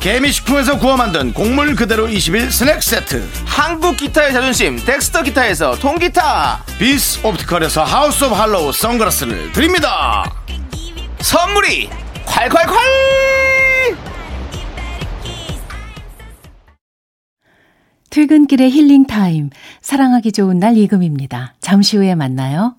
S1: 개미식품에서 구워 만든 곡물 그대로 21 스낵 세트.
S2: 한국 기타의 자존심 덱스터 기타에서 통기타.
S1: 비스 옵티컬에서 하우스 오브 할로우 선글라스를 드립니다.
S2: 선물이 콸콸콸!
S13: 퇴근길의 힐링 타임. 사랑하기 좋은 날 이금입니다. 잠시 후에 만나요.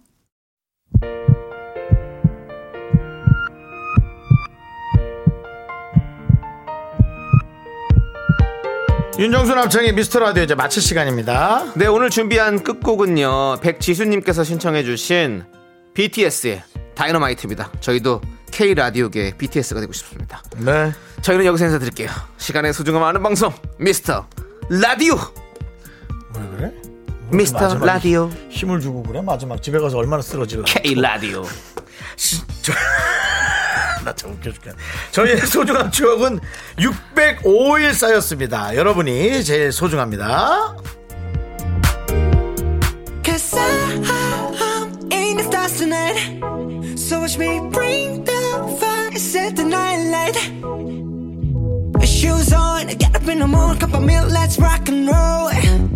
S1: 윤정수 남창희 미스터 라디오 이제 마칠 시간입니다.
S2: 네, 오늘 준비한 끝곡은요. 백지수님께서 신청해주신 BTS의 다이너마이트입니다. 저희도 K라디오계 BTS가 되고 싶습니다.
S1: 네.
S2: 저희는 여기서 인사드릴게요. 시간의 소중함 아는 방송, 미스터 라디오!
S1: 왜 그래?
S2: 미스터
S1: 마지막에
S2: 라디오.
S1: 힘을 주고 그래? 마지막 집에 가서 얼마나 쓰러질라.
S2: K라디오.
S1: 나참 웃겨 죽겠네. 저희의 소중한 추억은 605일 쌓였습니다. 여러분이 제일 소중합니다.
S12: Cause I, I'm in the stars tonight. So watch me bring the fire, set the night light. Shoes on, get up in the morning, cup of milk, let's rock and roll.